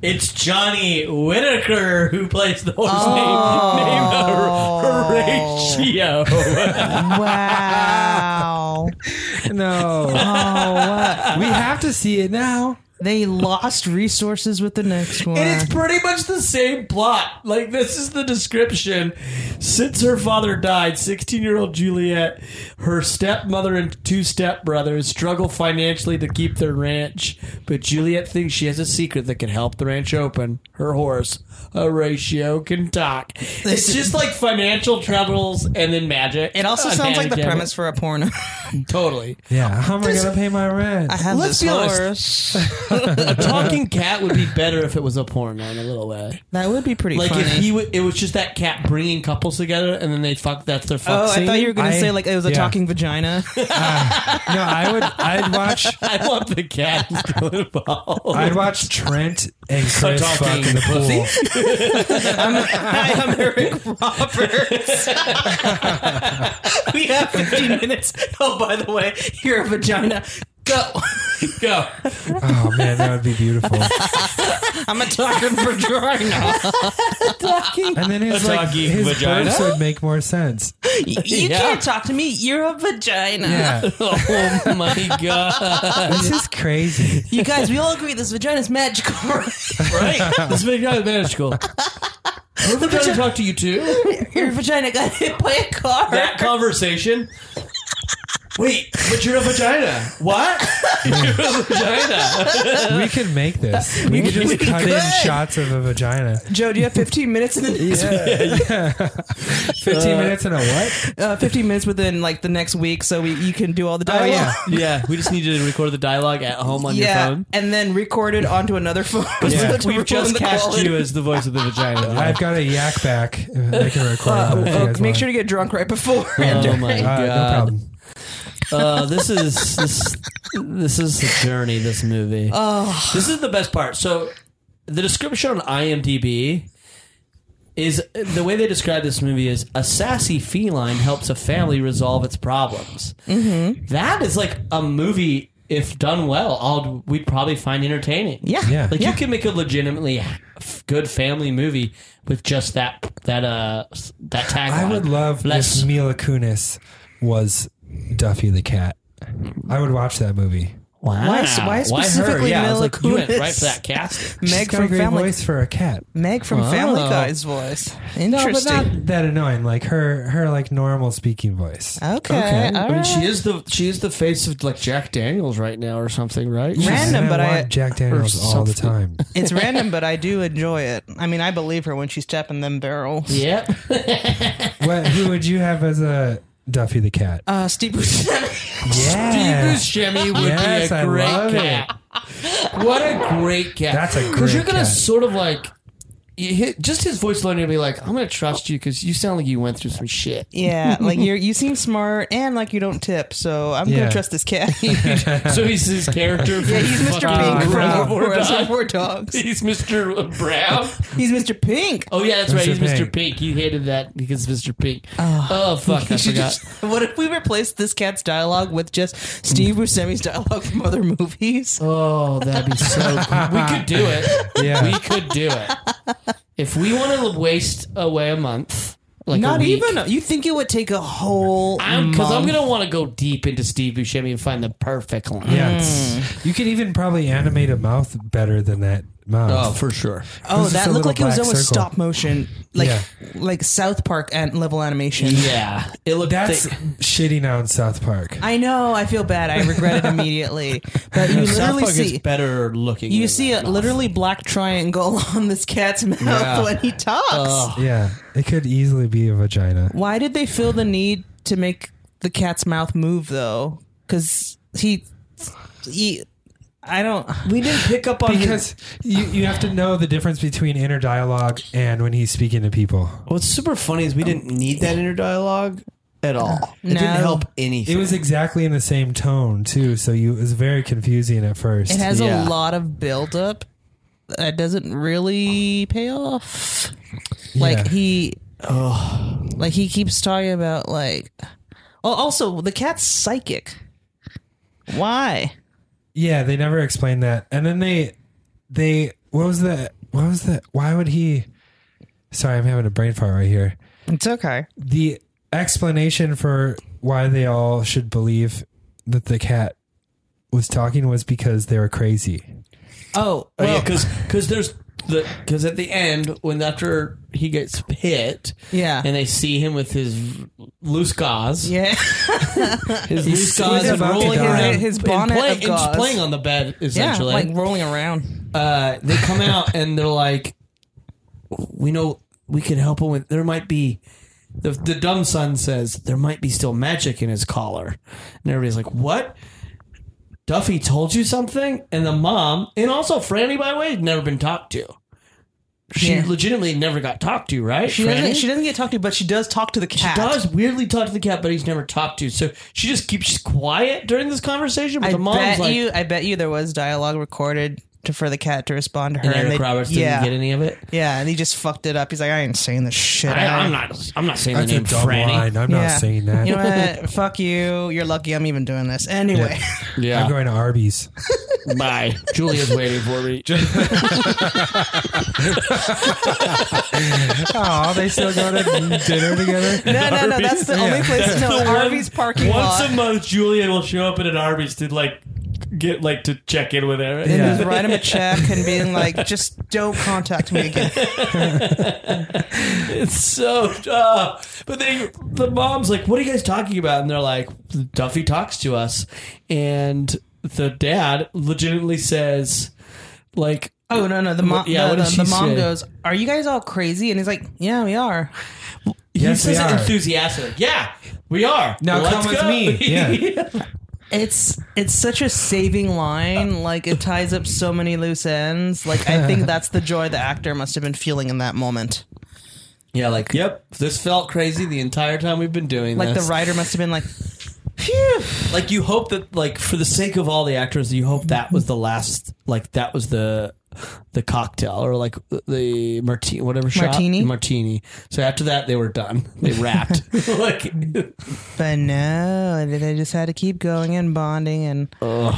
Speaker 2: it's Johnny Whitaker who plays the horse named, named
Speaker 4: Oh.
Speaker 2: Hor- Horatio. <laughs>
Speaker 3: <laughs> Wow.
Speaker 4: <laughs> No.
Speaker 3: oh what?
Speaker 4: we have to see it now.
Speaker 3: They lost resources with the next one.
Speaker 2: and it's pretty much the same plot. Like this is the description. Since her father died, 16-year-old Juliet, her stepmother and two stepbrothers struggle financially to keep their ranch, but Juliet thinks she has a secret that can help the ranch open. Her horse, Horatio, can talk.
Speaker 3: <laughs>
Speaker 2: It's just like financial troubles and then magic.
Speaker 3: it also
Speaker 2: Uh,
Speaker 3: sounds like the
Speaker 2: magic.
Speaker 3: premise for a porno. <laughs>
Speaker 2: Totally.
Speaker 4: Yeah. How am I gonna pay my rent?
Speaker 3: I have
Speaker 2: Let's
Speaker 3: this
Speaker 2: be honest.
Speaker 3: horse. <laughs>
Speaker 2: A talking cat would be better if it was a porno in a little way.
Speaker 3: That would be pretty
Speaker 2: Like
Speaker 3: funny.
Speaker 2: if he, w- it was just that cat bringing couples together, and then they fuck. That's their fuck
Speaker 3: oh, I
Speaker 2: scene. <laughs>
Speaker 3: thought you were going to
Speaker 4: I-
Speaker 3: say like it was a
Speaker 4: yeah.
Speaker 3: talking vagina.
Speaker 4: no, I would I'd watch
Speaker 2: I want the cat to involved.
Speaker 4: I'd watch Trent and Chris fuck in the pool.
Speaker 3: I am Eric Roberts. <laughs> we
Speaker 2: <laughs>
Speaker 3: have 15 minutes. Oh, by the way, you're a vagina. Go.
Speaker 2: <laughs> Go.
Speaker 4: Oh man, that would be beautiful.
Speaker 3: I'm a talking vagina.
Speaker 4: And then his
Speaker 2: A
Speaker 4: like
Speaker 2: doggy
Speaker 4: his
Speaker 2: vagina?
Speaker 4: burps would make more sense.
Speaker 3: You
Speaker 2: Yeah.
Speaker 3: can't talk to me. You're a vagina.
Speaker 4: Yeah,
Speaker 2: Oh my god!
Speaker 4: this is crazy.
Speaker 3: You guys, we all agree this vagina's magical. <laughs>
Speaker 2: Right, this big guy is magical. We're trying to talk to you too.
Speaker 3: Your vagina got hit by a car. <laughs>
Speaker 2: That conversation. Wait, but you're a vagina. What? <laughs> You're a vagina.
Speaker 4: We could make <laughs> this. We could just cut in shots of a vagina.
Speaker 3: Joe, do you have 15 minutes in the
Speaker 4: Fifteen minutes and a what?
Speaker 3: uh, 15 minutes within like the next week, so we, you can do all the
Speaker 4: Oh
Speaker 3: dialogue.
Speaker 4: yeah.
Speaker 2: Yeah, we just need to record the dialogue at home on
Speaker 3: Yeah,
Speaker 2: your phone.
Speaker 3: and then record it onto another phone. <laughs>
Speaker 4: Yeah.
Speaker 3: to
Speaker 2: We've
Speaker 3: ruin
Speaker 2: just
Speaker 3: the
Speaker 2: cast
Speaker 3: quality.
Speaker 2: you as the voice of the vagina.
Speaker 4: I've got a yak back. I can record. that if you
Speaker 3: Oh,
Speaker 4: guys
Speaker 3: make
Speaker 4: want.
Speaker 3: sure to get drunk right before. and
Speaker 2: Oh
Speaker 3: during.
Speaker 2: my god!
Speaker 4: Uh, no problem.
Speaker 2: <laughs> Uh, this is this this is the journey. This movie. This is the best part. So the description on IMDb is the way they describe this movie is a sassy feline helps a family resolve its problems. Mm-hmm. is like a movie. If done well, I'll, we'd probably find entertaining.
Speaker 3: Yeah.
Speaker 4: Yeah.
Speaker 2: like
Speaker 3: Yeah.
Speaker 2: you can make a legitimately f- good family movie with just that that uh s- that tagline.
Speaker 4: I would love
Speaker 2: Let's-
Speaker 4: if Mila Kunis was Duffy the cat. I would watch that movie.
Speaker 2: Wow.
Speaker 3: Why- why
Speaker 2: her?
Speaker 3: specifically
Speaker 2: yeah, I was
Speaker 3: Mila
Speaker 2: like, you went
Speaker 3: Kunis?
Speaker 2: right for that casting. <laughs>
Speaker 4: She's
Speaker 3: Meg
Speaker 4: got a
Speaker 3: from
Speaker 4: great
Speaker 3: Family.
Speaker 4: voice for a cat.
Speaker 3: Meg from
Speaker 2: Wow.
Speaker 3: Family Guy's voice.
Speaker 4: No, but
Speaker 3: Interesting.
Speaker 4: not that annoying. Like her, her like normal speaking voice.
Speaker 3: okay. all
Speaker 2: I mean,
Speaker 3: right.
Speaker 2: she is the she is the face of like Jack Daniels right now or something, right?
Speaker 3: Random,
Speaker 4: And I
Speaker 3: but I-
Speaker 4: want Jack Daniels
Speaker 2: or
Speaker 4: all the time.
Speaker 2: <laughs>
Speaker 3: it's random, but I do enjoy it. I mean, I believe her when she's tapping them
Speaker 2: <laughs>
Speaker 3: barrels.
Speaker 2: Yep.
Speaker 4: what? Who would you have as a Duffy the
Speaker 3: <laughs>
Speaker 4: cat?
Speaker 3: Uh,
Speaker 2: <laughs>
Speaker 3: Steve Buscemi.
Speaker 4: yeah,
Speaker 2: Buscemi would
Speaker 4: Yes,
Speaker 2: be
Speaker 4: I
Speaker 2: a great
Speaker 4: love
Speaker 2: cat. What a great cat!
Speaker 4: That's a
Speaker 2: because you're
Speaker 4: great
Speaker 2: gonna
Speaker 4: cat.
Speaker 2: sort of like you hit, just his voice alone. You'll be like, I'm gonna trust you because you sound like you went through some shit. <laughs>
Speaker 3: yeah, like you are you seem smart and like you don't tip, so I'm
Speaker 4: Yeah.
Speaker 3: gonna trust this
Speaker 2: <laughs>
Speaker 3: cat. <laughs> yeah,
Speaker 2: so he's his character. Yeah,
Speaker 3: he's Mr.
Speaker 4: Fucking
Speaker 3: Pink
Speaker 4: Brown.
Speaker 3: from Reservoir
Speaker 2: <laughs>
Speaker 3: Dogs.
Speaker 2: He's Mr. Brown.
Speaker 3: He's Mr. Pink.
Speaker 2: Oh yeah, that's right. He's
Speaker 4: Mr.
Speaker 2: Mr.
Speaker 4: Pink.
Speaker 2: Pink. He hated that because of Mr. Pink. Oh, fuck, I
Speaker 3: <laughs> You should
Speaker 2: forgot.
Speaker 3: just- what if we replaced this cat's dialogue with just Steve Buscemi's dialogue from other movies?
Speaker 2: Oh, that'd be
Speaker 3: <laughs>
Speaker 2: so. cool. We could do it.
Speaker 4: Yeah.
Speaker 2: we could do it. If we want to waste away a month, like
Speaker 3: Not
Speaker 2: a week,
Speaker 3: even. You think it would take a whole?
Speaker 2: because I'm
Speaker 3: month?
Speaker 2: gonna want to go deep into Steve Buscemi and find the perfect
Speaker 3: Mm.
Speaker 2: line.
Speaker 4: yeah. it's- You could even probably animate a mouth better than that mouth.
Speaker 2: for sure.
Speaker 3: Oh,
Speaker 4: This is
Speaker 3: that
Speaker 4: a
Speaker 3: looked
Speaker 4: little
Speaker 3: like it was
Speaker 4: black
Speaker 3: almost
Speaker 4: circle.
Speaker 3: stop motion, like
Speaker 4: Yeah.
Speaker 3: like South Park and level animation.
Speaker 2: Yeah, it looked.
Speaker 4: That's
Speaker 2: thick.
Speaker 4: shitting on South Park.
Speaker 3: I know. I feel bad. I
Speaker 2: <laughs>
Speaker 3: regret it immediately. But you literally see
Speaker 2: better looking.
Speaker 3: you
Speaker 2: than
Speaker 3: see
Speaker 2: that
Speaker 3: a
Speaker 2: mouth.
Speaker 3: literally black triangle <laughs> on this cat's mouth
Speaker 2: Yeah.
Speaker 3: when he talks.
Speaker 4: Yeah, it could easily be a vagina.
Speaker 3: Why did they feel the need to make the cat's mouth move though? Because he, he, I don't.
Speaker 2: We didn't pick up on his
Speaker 4: Because you, you have to know the difference between inner dialogue and when he's speaking to people.
Speaker 2: What's super funny is we didn't need that inner dialogue at all. It
Speaker 3: No. help
Speaker 2: anything.
Speaker 4: It was exactly in the same tone too, so you it was very confusing at first.
Speaker 3: It has
Speaker 2: Yeah.
Speaker 3: a lot of buildup that doesn't really pay off. Like he, like he keeps talking about like. Oh, also the cat's psychic. Why?
Speaker 4: yeah, they never explained that. And then they they what was the what was the why would he Sorry, I'm having a brain fart right here.
Speaker 3: It's okay.
Speaker 4: The explanation for why they all should believe that the cat was talking was because they were crazy.
Speaker 3: Oh,
Speaker 2: Oh,
Speaker 3: well,
Speaker 2: yeah, because there's the because at the end when after he gets hit,
Speaker 3: Yeah.
Speaker 2: and they see him with his loose gauze,
Speaker 3: yeah. <laughs>
Speaker 2: his loose
Speaker 4: he's
Speaker 2: gauze and
Speaker 4: about to
Speaker 2: rolling
Speaker 4: die.
Speaker 2: around,
Speaker 3: His
Speaker 2: and
Speaker 3: bonnet
Speaker 2: play-
Speaker 3: of
Speaker 2: and
Speaker 3: gauze.
Speaker 2: just playing on the bed
Speaker 3: yeah,
Speaker 2: essentially.
Speaker 3: like rolling around.
Speaker 2: uh, they come out and they're like, we know we can help him with. There might be. The, the dumb son says there might be still magic in his collar, and everybody's like, "What? Duffy told you something?" And the mom, and also Franny, by the way, had never been talked to. She
Speaker 3: Yeah.
Speaker 2: legitimately never got talked to, right?
Speaker 3: She doesn't,
Speaker 2: Franny?
Speaker 3: she doesn't get talked to, but she does talk to the cat.
Speaker 2: does weirdly talk to the cat, but he's never talked to. So she just keeps quiet during this conversation. But
Speaker 3: I
Speaker 2: the mom's
Speaker 3: bet
Speaker 2: like,
Speaker 3: you. I bet you there was dialogue recorded to, for the cat to respond to her.
Speaker 2: And Eric
Speaker 3: they-
Speaker 2: Roberts didn't
Speaker 3: yeah,
Speaker 2: get any of it.
Speaker 3: Yeah, and he just fucked it up. He's like, I ain't saying this shit.
Speaker 2: I,
Speaker 3: out."
Speaker 2: I'm not. I'm not saying
Speaker 4: That's
Speaker 2: the
Speaker 4: a
Speaker 2: name
Speaker 4: dumb
Speaker 2: Franny.
Speaker 4: line. I'm
Speaker 3: Yeah.
Speaker 4: not saying that.
Speaker 3: You know what? <laughs> Fuck you. You're lucky I'm even doing this. Anyway,
Speaker 2: Yeah.
Speaker 4: I'm going to Arby's.
Speaker 2: Bye. Julia's waiting for me.
Speaker 4: Oh, they still go to dinner <laughs> together.
Speaker 3: <laughs> no, no, no. That's the
Speaker 2: <laughs>
Speaker 3: only place. No, Arby's parking
Speaker 2: Once
Speaker 3: lot.
Speaker 2: a month, Julian will show up at an Arby's to like get like to check in with Eric.
Speaker 4: Yeah.
Speaker 2: <laughs>
Speaker 3: Just write him a check and being like, just don't contact me again.
Speaker 2: It's so. Uh, but they, the mom's like, "What are you guys talking about?" And they're like, "Duffy talks to us," and the dad legitimately says, "Like,
Speaker 3: Oh no, no. The mom,
Speaker 2: Yeah,
Speaker 3: the,
Speaker 2: what did
Speaker 3: the,
Speaker 2: she
Speaker 3: the mom
Speaker 2: say?
Speaker 3: goes, "Are you guys all crazy?" And he's like, "Yeah, we are."
Speaker 4: Yes,
Speaker 2: he
Speaker 4: they
Speaker 2: says it
Speaker 4: are.
Speaker 2: enthusiastically. Yeah, we are.
Speaker 4: Now
Speaker 2: Let's
Speaker 4: come with
Speaker 2: go." <laughs>
Speaker 4: me. Yeah.
Speaker 3: It's it's such a saving
Speaker 2: Uh.
Speaker 3: line. Like it ties up so many loose ends. Like I think that's the joy the actor must have been feeling in that moment.
Speaker 2: Yeah, like, yep, this felt crazy the entire time we've been doing
Speaker 3: Like
Speaker 2: this.
Speaker 3: the writer must have been like, "Phew."
Speaker 2: like you hope that like for the sake of all the actors, you hope that was the last like that was the the cocktail or like the martini whatever shot
Speaker 3: Martini?
Speaker 2: martini. So after that they were done. They wrapped. like
Speaker 3: But no, they just had to keep going and bonding and
Speaker 2: I wonder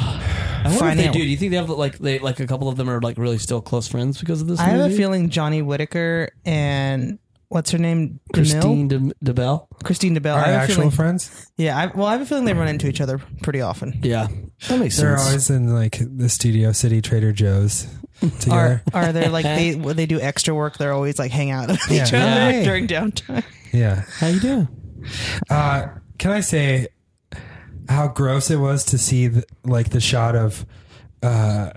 Speaker 2: if
Speaker 3: Find
Speaker 2: they
Speaker 3: out.
Speaker 2: do. Do you think they have like they like a couple of them are like really still close friends because of this?
Speaker 3: I have a
Speaker 2: movie?
Speaker 3: feeling Johnny Whitaker and what's her name,
Speaker 2: Christine
Speaker 3: Christine,
Speaker 2: De- DeBell.
Speaker 3: Christine DeBelle.
Speaker 4: Our
Speaker 3: I have a
Speaker 4: actual
Speaker 3: feeling,
Speaker 4: friends.
Speaker 3: yeah. I, well, I have a feeling they run into each other pretty often.
Speaker 2: Yeah, that makes
Speaker 4: They're
Speaker 2: sense.
Speaker 4: always in like the Studio City Trader Joe's
Speaker 3: Are
Speaker 4: together.
Speaker 3: are they like <laughs> they when they do extra work? They're always like hang out with each
Speaker 4: Yeah.
Speaker 3: other
Speaker 4: Yeah.
Speaker 3: during downtime.
Speaker 4: yeah.
Speaker 2: How you doing?
Speaker 4: Uh, can I say how gross it was to see the, like the shot of uh,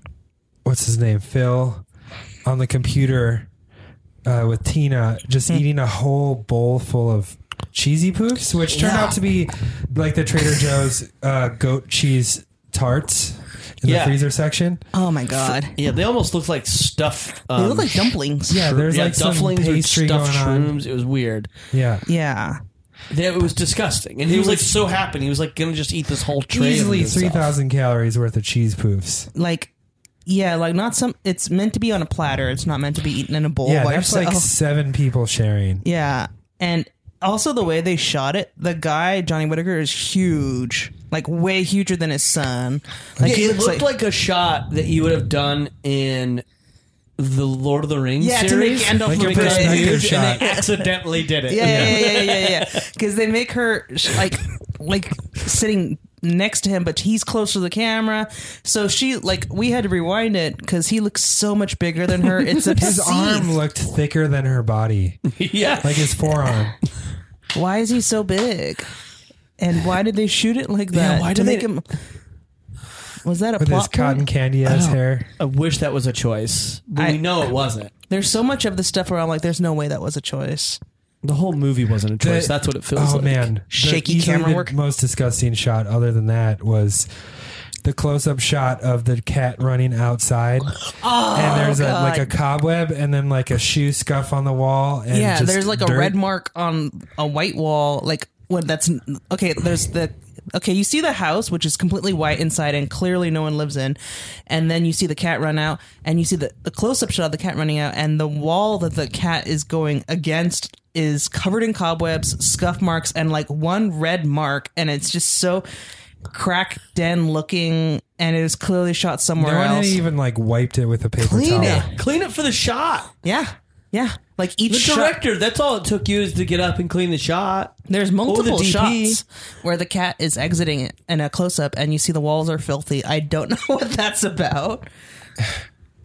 Speaker 4: what's his name, Phil, on the computer uh, with Tina just
Speaker 2: Hmm.
Speaker 4: eating a whole bowl full of cheesy poofs, which turned out to be like the Trader Joe's uh, goat cheese tarts in
Speaker 2: Yeah.
Speaker 4: the freezer section.
Speaker 3: Oh my god,
Speaker 2: Yeah, they almost look like stuffed. Um,
Speaker 3: they look like dumplings.
Speaker 4: Yeah, there's
Speaker 2: yeah,
Speaker 4: like some
Speaker 2: dufflings or
Speaker 4: pastry going
Speaker 2: stuffed
Speaker 4: on.
Speaker 2: shrooms. It was weird.
Speaker 4: Yeah.
Speaker 3: yeah.
Speaker 2: They- it was disgusting, and he was like so happy. He was like gonna just eat this whole tray. of
Speaker 4: Easily
Speaker 2: it himself.
Speaker 4: 3,000 calories worth of cheese poofs.
Speaker 3: Like. Yeah, like not some. It's meant to be on a platter. It's not meant to be eaten in a bowl
Speaker 4: yeah,
Speaker 3: by
Speaker 4: that's
Speaker 3: yourself.
Speaker 4: like seven people sharing.
Speaker 3: Yeah. And also the way they shot it, the guy, Johnny Whitaker, is huge. Like way huger than his son. Like
Speaker 2: Yeah,
Speaker 3: he
Speaker 2: it
Speaker 3: looks
Speaker 2: looked
Speaker 3: like,
Speaker 2: like, a shot that you would have done in the Lord of the Rings
Speaker 3: Yeah, to make
Speaker 2: series.
Speaker 3: Gandalf
Speaker 2: Like a
Speaker 3: look
Speaker 2: perspective
Speaker 4: good.
Speaker 2: and
Speaker 4: shot.
Speaker 2: they accidentally did it.
Speaker 3: Yeah, yeah, yeah, yeah, yeah, yeah. Because they make her sh- like like sitting next to him, but he's close to the camera. So she like we had to rewind it because he looks so much bigger than
Speaker 2: <laughs>
Speaker 3: her. It's
Speaker 4: His arm
Speaker 3: obscene.
Speaker 4: looked thicker than her body,
Speaker 2: yeah.
Speaker 4: like his
Speaker 3: <laughs>
Speaker 4: forearm.
Speaker 3: Why is he so big? And why did they shoot it like
Speaker 2: Yeah,
Speaker 3: that?
Speaker 2: why
Speaker 3: to
Speaker 2: did
Speaker 3: make
Speaker 2: they-
Speaker 3: him? Was that a
Speaker 4: With his
Speaker 3: plot point?
Speaker 4: cotton candy
Speaker 3: Oh.
Speaker 4: ass hair.
Speaker 2: I wish that was a choice, but
Speaker 3: I-
Speaker 2: we know it wasn't.
Speaker 3: There's so much of this stuff where I'm like, there's no way that was a choice.
Speaker 2: The whole movie wasn't a choice.
Speaker 4: The-
Speaker 2: That's what it feels
Speaker 4: Oh
Speaker 2: like.
Speaker 4: man,
Speaker 3: shaky
Speaker 4: the, easily
Speaker 3: camera
Speaker 4: the
Speaker 3: work.
Speaker 4: Most disgusting shot, other than that, was the close-up shot of the cat running outside,
Speaker 3: Oh,
Speaker 4: and there's a, like a cobweb, and then like a shoe scuff on the wall, and
Speaker 3: yeah,
Speaker 4: just
Speaker 3: there's like a
Speaker 4: dirt.
Speaker 3: red mark on a white wall. Like when that's okay. There's the okay. You see the house, which is completely white inside, and clearly no one lives in. And then you see the cat run out, and you see the, the close up shot of the cat running out, and the wall that the cat is going against is covered in cobwebs, scuff marks, and like one red mark, and it's just so crack den looking, and it was clearly shot
Speaker 4: No
Speaker 3: somewhere
Speaker 4: one had
Speaker 3: else.
Speaker 4: even like wiped it with a paper
Speaker 3: Clean
Speaker 4: towel.
Speaker 3: it.
Speaker 2: Clean it for the shot.
Speaker 3: yeah, yeah. Like each
Speaker 2: The
Speaker 3: shot-
Speaker 2: director, that's all it took you is to get up and clean the shot.
Speaker 3: There's multiple
Speaker 2: DP.
Speaker 3: shots where the cat is exiting it in a close up and you see the walls are filthy. I don't <laughs> know what that's about.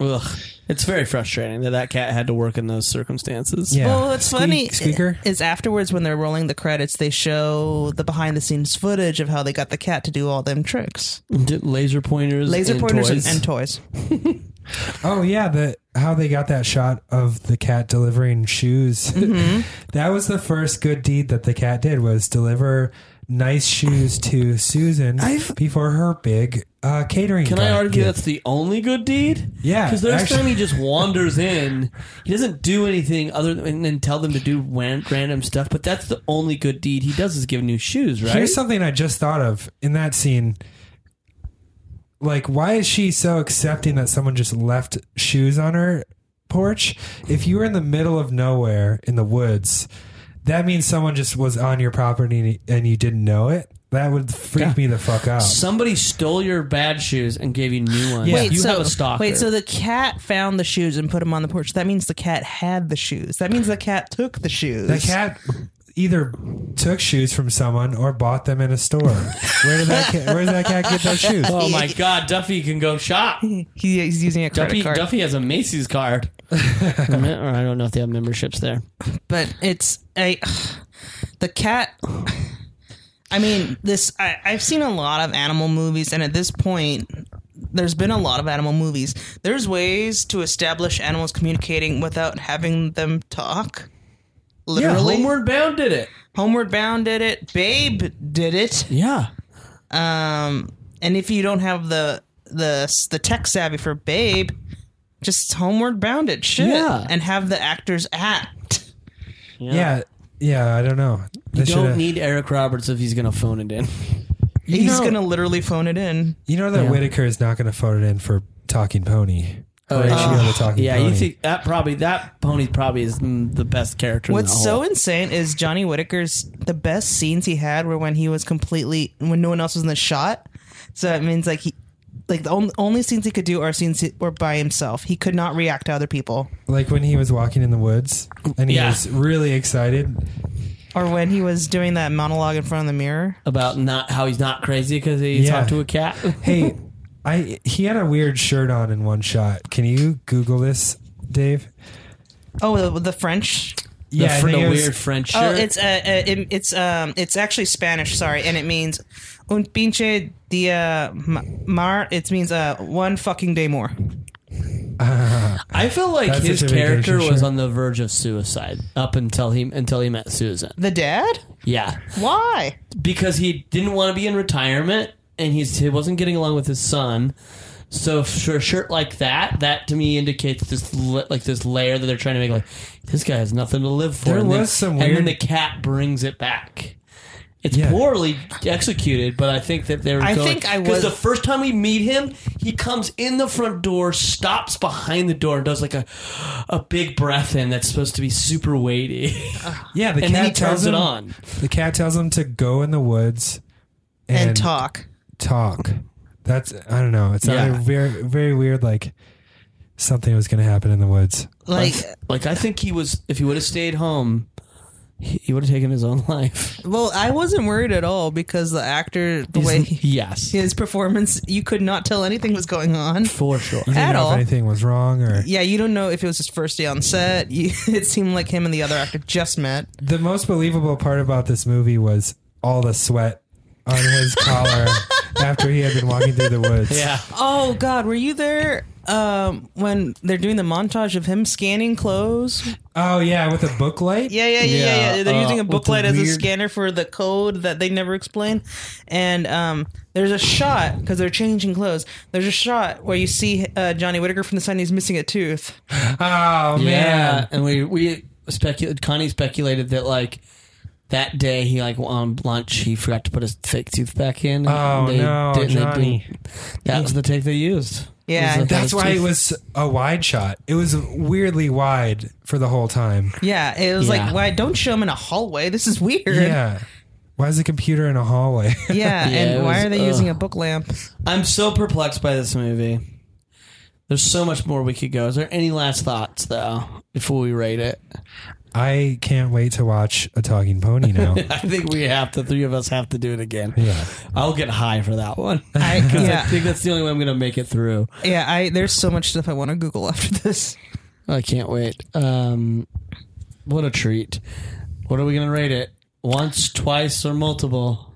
Speaker 2: Ugh. It's very frustrating that that cat had to work in those circumstances.
Speaker 4: Yeah.
Speaker 3: Well, what's
Speaker 4: Squeak-
Speaker 3: funny uh,
Speaker 4: Squeaker.
Speaker 3: is afterwards when they're rolling the credits, they show the behind the scenes footage of how they got the cat to do all them tricks.
Speaker 2: Did laser pointers,
Speaker 3: Laser
Speaker 2: and
Speaker 3: pointers
Speaker 2: toys.
Speaker 3: And, and toys.
Speaker 4: Oh yeah, the how they got that shot of the cat delivering shoes. <laughs>
Speaker 2: Mm-hmm.
Speaker 4: that was the first good deed that the cat did was deliver nice shoes to Susan before her big uh, catering.
Speaker 2: Can I
Speaker 4: guy
Speaker 2: argue
Speaker 4: gift.
Speaker 2: that's the only good deed?
Speaker 4: Yeah,
Speaker 2: because the next
Speaker 4: actually-
Speaker 2: time he just wanders in, he doesn't do anything other than and tell them to do wan- random stuff. But that's the only good deed he does is give new shoes, right?
Speaker 4: Here's something I just thought of in that scene. like why is she so accepting that someone just left shoes on her porch? If you were in the middle of nowhere in the woods, that means someone just was on your property and you didn't know it. That would freak me the fuck out.
Speaker 2: Somebody stole your bad shoes and gave you new ones.
Speaker 3: Wait,
Speaker 2: you
Speaker 3: so,
Speaker 2: have a stalker.
Speaker 3: Wait, so the cat found the shoes and put them on the porch. That means the cat had the shoes. That means the cat took the shoes.
Speaker 4: The cat either took shoes from someone or bought them in a store. Where did that cat, where did that cat get those shoes?
Speaker 2: <laughs> oh my God, Duffy can go
Speaker 3: <laughs>
Speaker 2: shop.
Speaker 3: He, he's using a credit
Speaker 2: Duffy,
Speaker 3: card.
Speaker 2: Duffy has a Macy's card. I mean, or I don't know if they have memberships there.
Speaker 3: but it's a <sighs> the cat <sighs> i mean this I, i've seen a lot of animal movies and at this point there's been a lot of animal movies there's ways to establish animals communicating without having them talk literally
Speaker 2: Homeward Bound did it.
Speaker 3: homeward bound did it babe did it
Speaker 2: Yeah.
Speaker 3: um and if you don't have the the the tech savvy for babe just homeward bounded shit
Speaker 2: Yeah.
Speaker 3: and have the actors act
Speaker 4: Yeah, yeah, I don't know. They
Speaker 2: You don't
Speaker 4: should've-
Speaker 2: need Eric Roberts if he's going to phone it in.
Speaker 3: He's
Speaker 4: know-
Speaker 3: gonna literally phone it in.
Speaker 4: You know that Whitaker is not going to phone it in for Talking Pony. Oh, the Talking
Speaker 2: Yeah,
Speaker 4: Pony.
Speaker 2: you think that probably that pony probably is mm, the best character.
Speaker 3: What's
Speaker 2: in the
Speaker 3: so
Speaker 2: whole.
Speaker 3: insane is Johnny Whitaker's the best scenes he had were when he was completely when no one else was in the shot. So it means like he like the on- only scenes he could do are scenes he- were by himself. He could not react to other people.
Speaker 4: like when he was walking in the woods and he
Speaker 2: Yeah.
Speaker 4: was really excited.
Speaker 3: Or when he was doing that monologue in front of the mirror.
Speaker 2: about not how he's not crazy because he
Speaker 4: Yeah.
Speaker 2: talked to a cat? <laughs>
Speaker 4: Hey, I he had a weird shirt on in one shot. Can you Google this, Dave?
Speaker 3: Oh, the, the French.
Speaker 2: The,
Speaker 4: I
Speaker 2: fr-
Speaker 4: think
Speaker 2: the
Speaker 4: it was-
Speaker 2: weird French shirt.
Speaker 3: Oh, it's uh, uh it, it's um it's actually Spanish. Sorry, and it means un pinche dia ma- mar. It means uh one fucking day more.
Speaker 2: I feel like
Speaker 4: That's
Speaker 2: his
Speaker 4: such a vacation
Speaker 2: character was
Speaker 4: shirt.
Speaker 2: on the verge of suicide up until he until he met Susan.
Speaker 3: The dad?
Speaker 2: Yeah,
Speaker 3: Why?
Speaker 2: because he didn't want to be in retirement and he's, he wasn't getting along with his son. So for a shirt like that, that to me indicates this la- like this layer that they're trying to make. Like this guy has nothing to live for.
Speaker 4: There
Speaker 2: and then-
Speaker 4: was some
Speaker 2: and then
Speaker 4: weird-
Speaker 2: the cat brings it back. It's
Speaker 4: Yeah.
Speaker 2: poorly executed, but I think that they're.
Speaker 3: I
Speaker 2: going,
Speaker 3: think I
Speaker 2: because
Speaker 3: was-
Speaker 2: the first time we meet him, he comes in the front door, stops behind the door, and does like a a big breath in that's supposed to be super weighty,
Speaker 4: Yeah,
Speaker 2: <laughs>
Speaker 4: the
Speaker 2: and
Speaker 4: cat
Speaker 2: then he
Speaker 4: tells
Speaker 2: turns
Speaker 4: him,
Speaker 2: it on.
Speaker 4: The cat tells him to go in the woods
Speaker 3: And, talk.
Speaker 4: talk. That's I don't know. It's
Speaker 2: Yeah.
Speaker 4: sounded very very weird. Like something was going to happen in the woods.
Speaker 3: Like
Speaker 2: Like I think he was if he would have stayed home, he, he would have taken his own <laughs> life.
Speaker 3: Well, I wasn't worried at all because the actor,
Speaker 4: Oh,
Speaker 3: the way he-
Speaker 2: <laughs> yes,
Speaker 3: his performance, you could not tell anything was going on
Speaker 2: for sure.
Speaker 4: I
Speaker 3: at
Speaker 4: don't know if
Speaker 3: all.
Speaker 4: anything was wrong or
Speaker 3: Yeah, you don't know if it was his first day on set. You, <laughs> it seemed like him and the other actor just met.
Speaker 4: the most believable part about this movie was all the sweat
Speaker 2: <laughs>
Speaker 4: on his collar after he had been walking through the woods.
Speaker 2: Yeah,
Speaker 3: Oh God, were you there um, when they're doing the montage of him scanning clothes?
Speaker 4: Oh yeah, with a book light.
Speaker 3: Yeah, yeah, yeah, yeah.
Speaker 2: Yeah,
Speaker 3: yeah. They're
Speaker 2: uh,
Speaker 3: using a
Speaker 2: with
Speaker 3: book
Speaker 2: the
Speaker 3: light as a
Speaker 2: weird-
Speaker 3: scanner for the code that they never explain. And um, there's a shot because they're changing clothes. There's a shot where you see uh, Johnny Whitaker from the side. and He's missing a tooth.
Speaker 4: Oh
Speaker 2: yeah.
Speaker 4: man.
Speaker 2: And we we speculated. Connie speculated that like that day he like on lunch he forgot to put his fake tooth back in.
Speaker 4: Oh,
Speaker 2: They
Speaker 4: no,
Speaker 2: didn't- they
Speaker 4: Johnny.
Speaker 2: didn't- that was the take they used.
Speaker 3: Yeah.
Speaker 2: Was that
Speaker 4: That's
Speaker 2: his
Speaker 4: why it
Speaker 2: tooth?
Speaker 4: was a wide shot. It was weirdly wide for the
Speaker 2: <laughs>
Speaker 4: whole time.
Speaker 3: Yeah, it was
Speaker 2: Yeah.
Speaker 3: like, why don't show him in a hallway? This is weird.
Speaker 4: Yeah. Why is the computer in a hallway?
Speaker 3: <laughs>
Speaker 4: <laughs>
Speaker 3: Yeah,
Speaker 2: it
Speaker 3: and why
Speaker 2: was-
Speaker 3: are they
Speaker 2: ugh.
Speaker 3: using a book lamp?
Speaker 2: I'm so perplexed by this movie. There's so much more we could go. Is there any last thoughts though before we rate it?
Speaker 4: I can't wait to watch a talking
Speaker 2: <laughs>
Speaker 4: pony now.
Speaker 2: I think we have the three of us have to do it again.
Speaker 4: Yeah.
Speaker 2: I'll get high for that one. <laughs>
Speaker 3: I,
Speaker 2: I
Speaker 3: yeah,
Speaker 2: think that's the only way I'm going to make it through.
Speaker 3: yeah. I there's so much stuff I want to Google after this.
Speaker 2: I can't wait. Um, what a treat. What are we going to rate it? Once, twice, or multiple?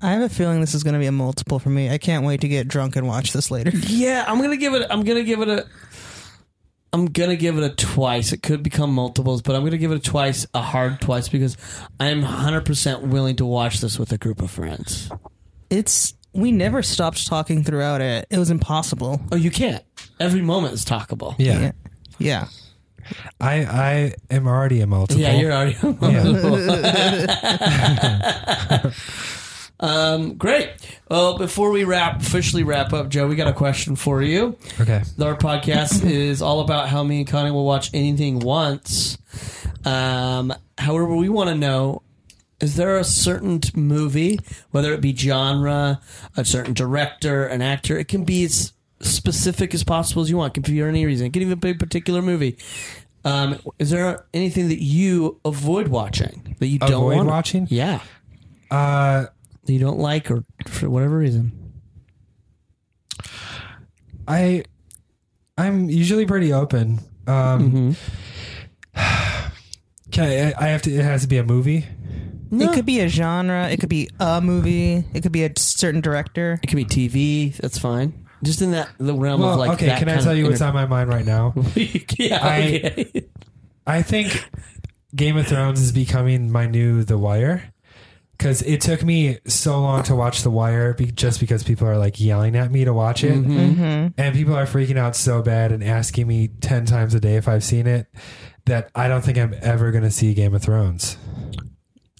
Speaker 3: I have a feeling this is going to be a multiple for me. I can't wait to get drunk and watch this later. <laughs>
Speaker 2: Yeah, I'm going to give it. I'm going to give it a. I'm gonna give it a twice. It could become multiples, but I'm gonna give it a twice, a hard twice, because I'm 100% willing to watch this with a group of friends.
Speaker 3: It's we never stopped talking throughout it. It was impossible.
Speaker 2: Oh, you can't. Every moment is talkable.
Speaker 4: Yeah.
Speaker 3: Yeah. Yeah.
Speaker 4: I I am already a multiple.
Speaker 2: Yeah, you're already.
Speaker 4: Yeah.
Speaker 2: <laughs> Um, great. Well, before we wrap officially wrap up, Joe, we got a question for you.
Speaker 4: Okay.
Speaker 2: Our
Speaker 4: <laughs>
Speaker 2: podcast is all about how me and Connie will watch anything once. Um, however, we want to know is there a certain t- movie, whether it be genre, a certain director, an actor, it can be as specific as possible as you want. It can be for any reason. It can even be a particular movie. Um, is there anything that you avoid watching that you don't
Speaker 4: Avoid
Speaker 2: want?
Speaker 4: watching?
Speaker 2: Yeah,
Speaker 4: Uh,
Speaker 2: that you don't like, or for whatever reason.
Speaker 4: I I'm usually pretty open. Um,
Speaker 2: Mm-hmm.
Speaker 4: <sighs> Can I, I have to? It has to be a movie.
Speaker 3: It could be a genre. It could be a movie. It could be a certain director.
Speaker 2: It can be TV. That's fine. Just in that the realm
Speaker 4: Well,
Speaker 2: of like.
Speaker 4: okay.
Speaker 2: that
Speaker 4: Can I
Speaker 2: kind of
Speaker 4: tell you what's
Speaker 2: inter-
Speaker 4: on my mind
Speaker 2: <laughs>
Speaker 4: right now?
Speaker 2: yeah.
Speaker 4: I-
Speaker 2: okay.
Speaker 4: I think Game of Thrones is becoming my new The Wire because it took me so long to watch The Wire be- just because people are like yelling at me to watch it.
Speaker 2: Mm-hmm.
Speaker 4: And people are freaking out so bad and asking me 10 times a day if I've seen it that I don't think I'm ever going to see Game of Thrones.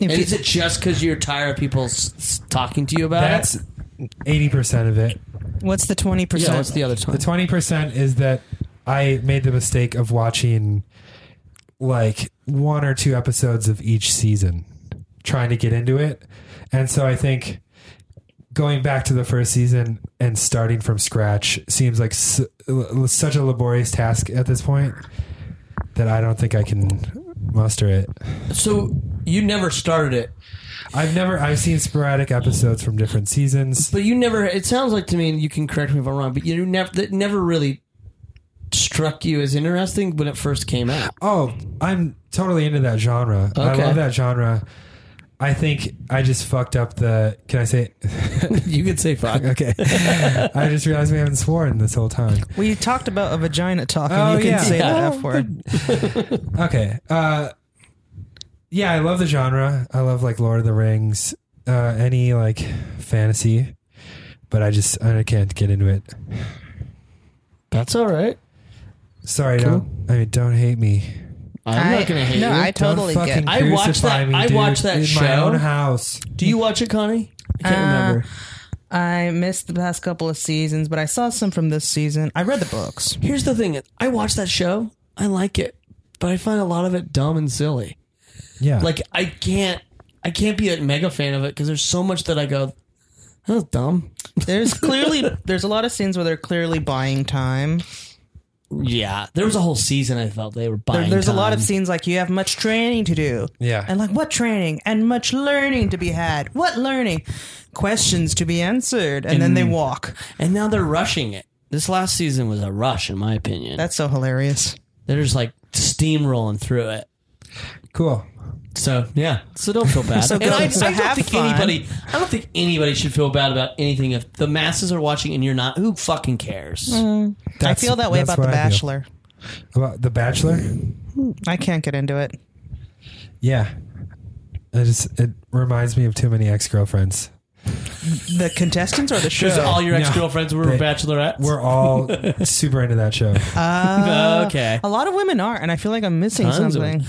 Speaker 3: If
Speaker 2: And
Speaker 3: you-
Speaker 2: is it just because you're tired of people s- s- talking to you about
Speaker 4: That's
Speaker 2: it?
Speaker 4: 80% of it.
Speaker 3: what's the twenty
Speaker 2: Yeah,
Speaker 3: percent?
Speaker 2: what's the other
Speaker 4: The
Speaker 2: time?
Speaker 4: 20% is that I made the mistake of watching like one or two episodes of each season trying to get into it. And so I think going back to the first season and starting from scratch seems like s- l- such a laborious task at this point that I don't think I can muster it.
Speaker 2: So you never started it,
Speaker 4: I've never I've seen sporadic episodes from different seasons.
Speaker 2: but you never. It sounds like to me, and you can correct me if I'm wrong, but you never that never really struck you as interesting when it first came out. <laughs>
Speaker 4: Oh, I'm totally into that genre. I
Speaker 2: Okay.
Speaker 4: love that genre. I think I just fucked up the. Can I say? <laughs>
Speaker 2: you could say fuck.
Speaker 4: Okay. I just realized we haven't sworn this whole time.
Speaker 3: We talked about a vagina talking.
Speaker 4: Oh,
Speaker 3: you can
Speaker 4: yeah.
Speaker 3: say
Speaker 4: Yeah.
Speaker 3: that F word.
Speaker 4: Okay. Uh, yeah, I love the genre. I love like Lord of the Rings, uh, any like fantasy, but I just I can't get into it.
Speaker 2: That's all right.
Speaker 4: Sorry, don't. I mean, don't hate me.
Speaker 2: I'm not gonna hate
Speaker 3: no,
Speaker 2: you.
Speaker 3: I totally
Speaker 4: don't
Speaker 3: get.
Speaker 4: fucking
Speaker 3: it.
Speaker 2: I watched
Speaker 4: crucify
Speaker 2: that-
Speaker 4: Me,
Speaker 2: I
Speaker 4: dude,
Speaker 2: watched that
Speaker 4: in my
Speaker 2: show.
Speaker 4: own house.
Speaker 2: Do you watch it, Connie? I can't
Speaker 3: Uh,
Speaker 2: remember.
Speaker 3: I missed the past couple of seasons, but I saw some from this season. I read the books.
Speaker 2: Here's the thing: I watch that show. I like it, but I find a lot of it dumb and silly.
Speaker 4: Yeah.
Speaker 2: like I can't I can't be a mega fan of it because there's so much that I go that was dumb.
Speaker 4: <laughs>
Speaker 3: There's clearly there's a lot of scenes where they're clearly buying time.
Speaker 2: Yeah, there was a whole season I felt they were
Speaker 3: There-
Speaker 2: buying.
Speaker 3: there's a lot of
Speaker 2: time.
Speaker 3: scenes like you have much training to do.
Speaker 4: Yeah.
Speaker 3: And like what training and much learning to be had. What learning? Questions to be answered and
Speaker 4: Mm.
Speaker 3: then they walk.
Speaker 2: and now they're rushing it. This last season was a rush, in my opinion.
Speaker 3: That's so hilarious.
Speaker 2: they're just like steamrolling through it.
Speaker 4: cool.
Speaker 2: So yeah, <laughs> so don't feel bad.
Speaker 3: So
Speaker 2: and
Speaker 3: go-
Speaker 2: I,
Speaker 3: so
Speaker 2: I don't
Speaker 3: have
Speaker 2: think
Speaker 3: fun.
Speaker 2: anybody, I don't think anybody should feel bad about anything if the masses are watching and you're not. Who fucking cares?
Speaker 3: I
Speaker 4: Mm. That's-
Speaker 3: feel that way
Speaker 4: that's
Speaker 3: about The
Speaker 4: what I feel.
Speaker 3: Bachelor.
Speaker 4: About The Bachelor.
Speaker 3: I can't get into it.
Speaker 4: Yeah. It just it reminds me of too many ex girlfriends.
Speaker 3: The contestants or the show?
Speaker 2: Because all your
Speaker 4: No.
Speaker 2: ex girlfriends were
Speaker 4: They-
Speaker 2: bachelorettes.
Speaker 4: We're Uh, all super into that
Speaker 3: <laughs>
Speaker 4: show.
Speaker 2: Uh, okay.
Speaker 3: a lot of women are, and I feel like I'm missing
Speaker 2: Tons of
Speaker 3: something.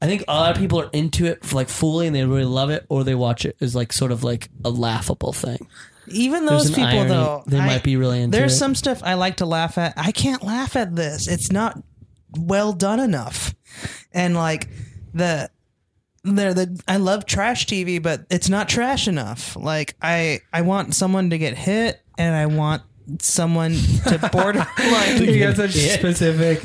Speaker 2: I think a lot of people are into it like fully and they really love it, or they watch it as like sort of like a laughable thing.
Speaker 3: Even those
Speaker 2: an
Speaker 3: people,
Speaker 2: irony.
Speaker 3: though,
Speaker 2: They
Speaker 3: I-
Speaker 2: might be really into
Speaker 3: There's
Speaker 2: it.
Speaker 3: some stuff I like to laugh at. I can't laugh at this. It's not well done enough, and like the. They're the I love trash TV, but it's not trash enough. Like I, I want someone to get hit, and I want someone to
Speaker 2: <laughs>
Speaker 3: border
Speaker 4: you
Speaker 3: like,
Speaker 4: got such specific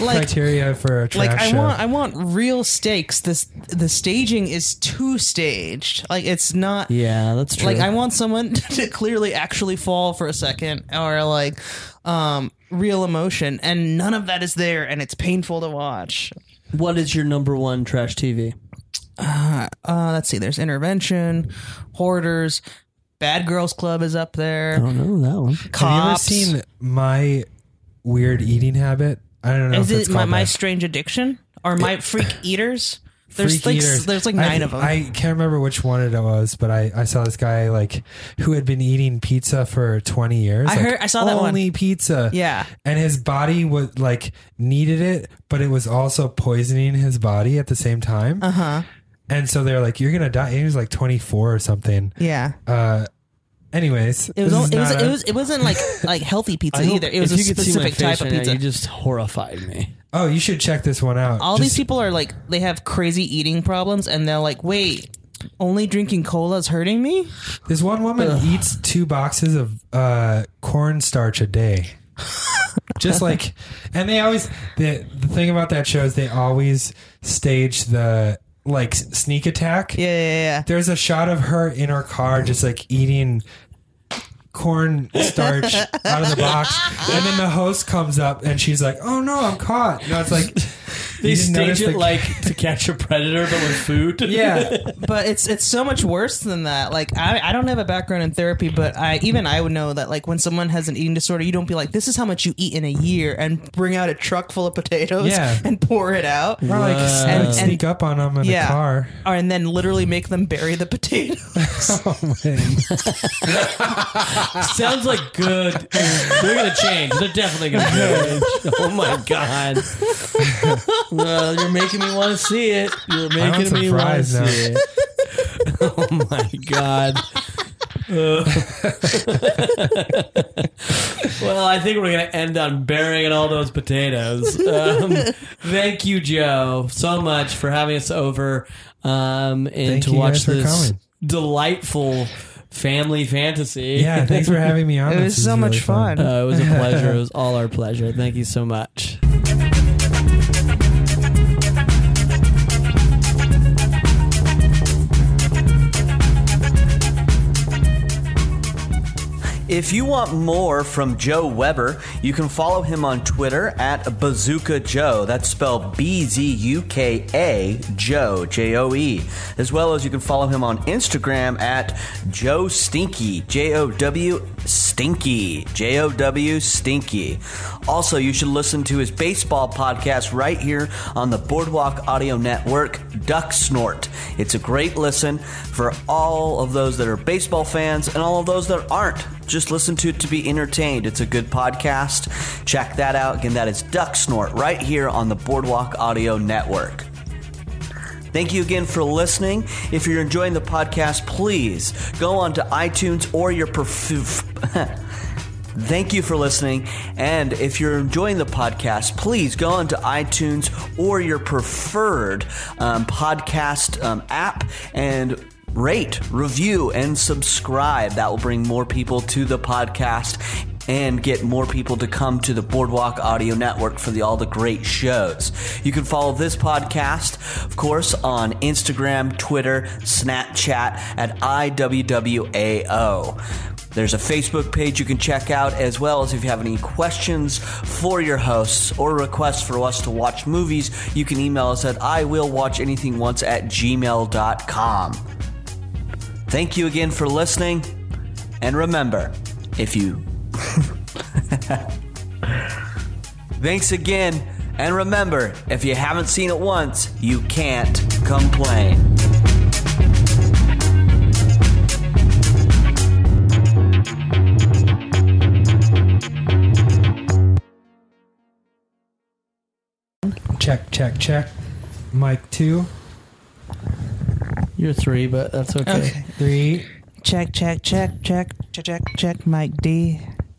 Speaker 3: like
Speaker 4: criteria for a trash
Speaker 3: like I
Speaker 4: show.
Speaker 3: want I want real stakes. This the staging is too staged. Like it's not
Speaker 2: Yeah, that's true.
Speaker 3: like I want someone <laughs> to clearly actually fall for a second or like um real emotion and none of that is there and it's painful to watch.
Speaker 2: what is your number one trash TV?
Speaker 3: Uh let's see there's intervention, hoarders, bad girls club is up there.
Speaker 2: Oh no, that one.
Speaker 3: Cops.
Speaker 4: Have you ever seen my weird eating habit? I don't know.
Speaker 3: is
Speaker 4: if it's
Speaker 3: it
Speaker 4: oh,
Speaker 3: my,
Speaker 4: called
Speaker 3: my
Speaker 4: that.
Speaker 3: strange addiction or my freak eaters? There's
Speaker 4: Freak
Speaker 3: like
Speaker 4: eaters.
Speaker 3: there's like nine
Speaker 4: I,
Speaker 3: of them.
Speaker 4: I can't remember which one it was, but I, I saw this guy like who had been eating pizza for twenty years.
Speaker 3: I
Speaker 4: like,
Speaker 3: heard- I saw that one.
Speaker 4: only pizza.
Speaker 3: Yeah.
Speaker 4: and his body was
Speaker 3: Uh-huh.
Speaker 4: like needed it, but it was also poisoning his body at the same time. Uh huh. And so they're like, "You're gonna die." He was like 24 or something.
Speaker 3: Yeah.
Speaker 4: Uh, anyways,
Speaker 3: It was,
Speaker 4: this
Speaker 3: only,
Speaker 4: is
Speaker 3: it, was,
Speaker 4: not
Speaker 3: it,
Speaker 4: a-
Speaker 3: was, it wasn't like like healthy pizza
Speaker 6: I hope-
Speaker 3: either. It was a
Speaker 6: if you could see my
Speaker 3: specific type
Speaker 6: face
Speaker 3: of
Speaker 6: right now,
Speaker 3: pizza.
Speaker 6: you just horrified me.
Speaker 4: Oh, you should check this one out.
Speaker 3: All
Speaker 4: Just-
Speaker 3: these people are like they have crazy eating problems, and they're like, wait, only drinking cola is hurting me.
Speaker 4: This one woman eats two boxes of uh, cornstarch a
Speaker 3: <laughs>
Speaker 4: day. Just like, and they always the the thing about that show is they always stage the like sneak attack.
Speaker 3: Yeah, yeah,
Speaker 4: There's a shot of her in her car, just like eating
Speaker 3: <laughs>
Speaker 4: cornstarch out of the box, and then the host comes up and she's like, "Oh no, I'm caught." No, it's like
Speaker 6: They
Speaker 4: you didn't notice
Speaker 6: stage it
Speaker 4: the-
Speaker 6: like to catch a predator, but with <laughs> food.
Speaker 4: yeah.
Speaker 3: yeah. But it's it's so much worse than that. Like I, I don't have a background in therapy, but I even I would know that like when someone has an eating disorder, you don't be like, this is how much you eat in a year, and bring out a truck full of potatoes
Speaker 4: Yeah.
Speaker 3: <laughs> and pour it out.
Speaker 4: Or like, s-
Speaker 3: Wow.
Speaker 4: like sneak up on them in
Speaker 3: Yeah.
Speaker 4: the car.
Speaker 3: Or- and then literally make them bury the <laughs> potatoes.
Speaker 4: Oh man.
Speaker 6: Sounds like good. They're gonna change. They're definitely gonna
Speaker 4: <laughs>
Speaker 6: change. Oh my god! Well, you're making me want to see it. You're
Speaker 4: I want
Speaker 6: making
Speaker 4: some
Speaker 6: me want to
Speaker 4: fries
Speaker 6: see
Speaker 4: now.
Speaker 6: it. <laughs> Oh my
Speaker 4: <laughs>
Speaker 6: god! Uh. well, I think we're gonna end on burying all those potatoes. Um, thank you, Joe, so much for having us over um, and
Speaker 4: Thank
Speaker 6: to
Speaker 4: you
Speaker 6: watch
Speaker 4: guys for
Speaker 6: this
Speaker 4: coming.
Speaker 6: delightful family fantasy.
Speaker 4: Yeah, thanks for having me on.
Speaker 3: It
Speaker 4: This
Speaker 3: was
Speaker 4: is
Speaker 3: so
Speaker 4: really
Speaker 3: much fun.
Speaker 6: Uh, it was a pleasure. <laughs> It was all our pleasure. Thank you so much.
Speaker 5: If you want more from Joe Weber, you can follow him on Twitter at Bazooka Joe. That's spelled B Z U K A Joe, J O E. As well as you can follow him on Instagram at Joe Stinky, J O W Stinky, J O W Stinky. Also, you should listen to his baseball podcast right here on the Boardwalk Audio Network, Duck Snort. It's a great listen for all of those that are baseball fans and all of those that aren't. Just listen to it to be entertained. It's a good podcast. Check that out. Again, that is Duck Snort right here on the Boardwalk Audio Network. Thank you again for listening. If you're enjoying the podcast, please go on to iTunes or your perf- <laughs> Thank you for listening. And if you're enjoying the podcast, please go onto iTunes or your preferred um, podcast um, app and rate, review, and subscribe. That will bring more people to the podcast and get more people to come to the Boardwalk Audio Network for the, all the great shows. You can follow this podcast, of course, on Instagram, Twitter, Snapchat at IWWAO. There's a Facebook page you can check out, as well as if you have any questions for your hosts or requests for us to watch movies, you can email us at I will watch anything once at gmail.com. Thank you again for listening, and remember, if you. <laughs> Thanks again, and remember, if you haven't seen it once, you can't complain.
Speaker 4: Check, check, check. Mic two,
Speaker 6: You're three, but that's okay.
Speaker 3: Okay.
Speaker 4: three.
Speaker 3: Check, check, check, check, check, check, check, Mike D.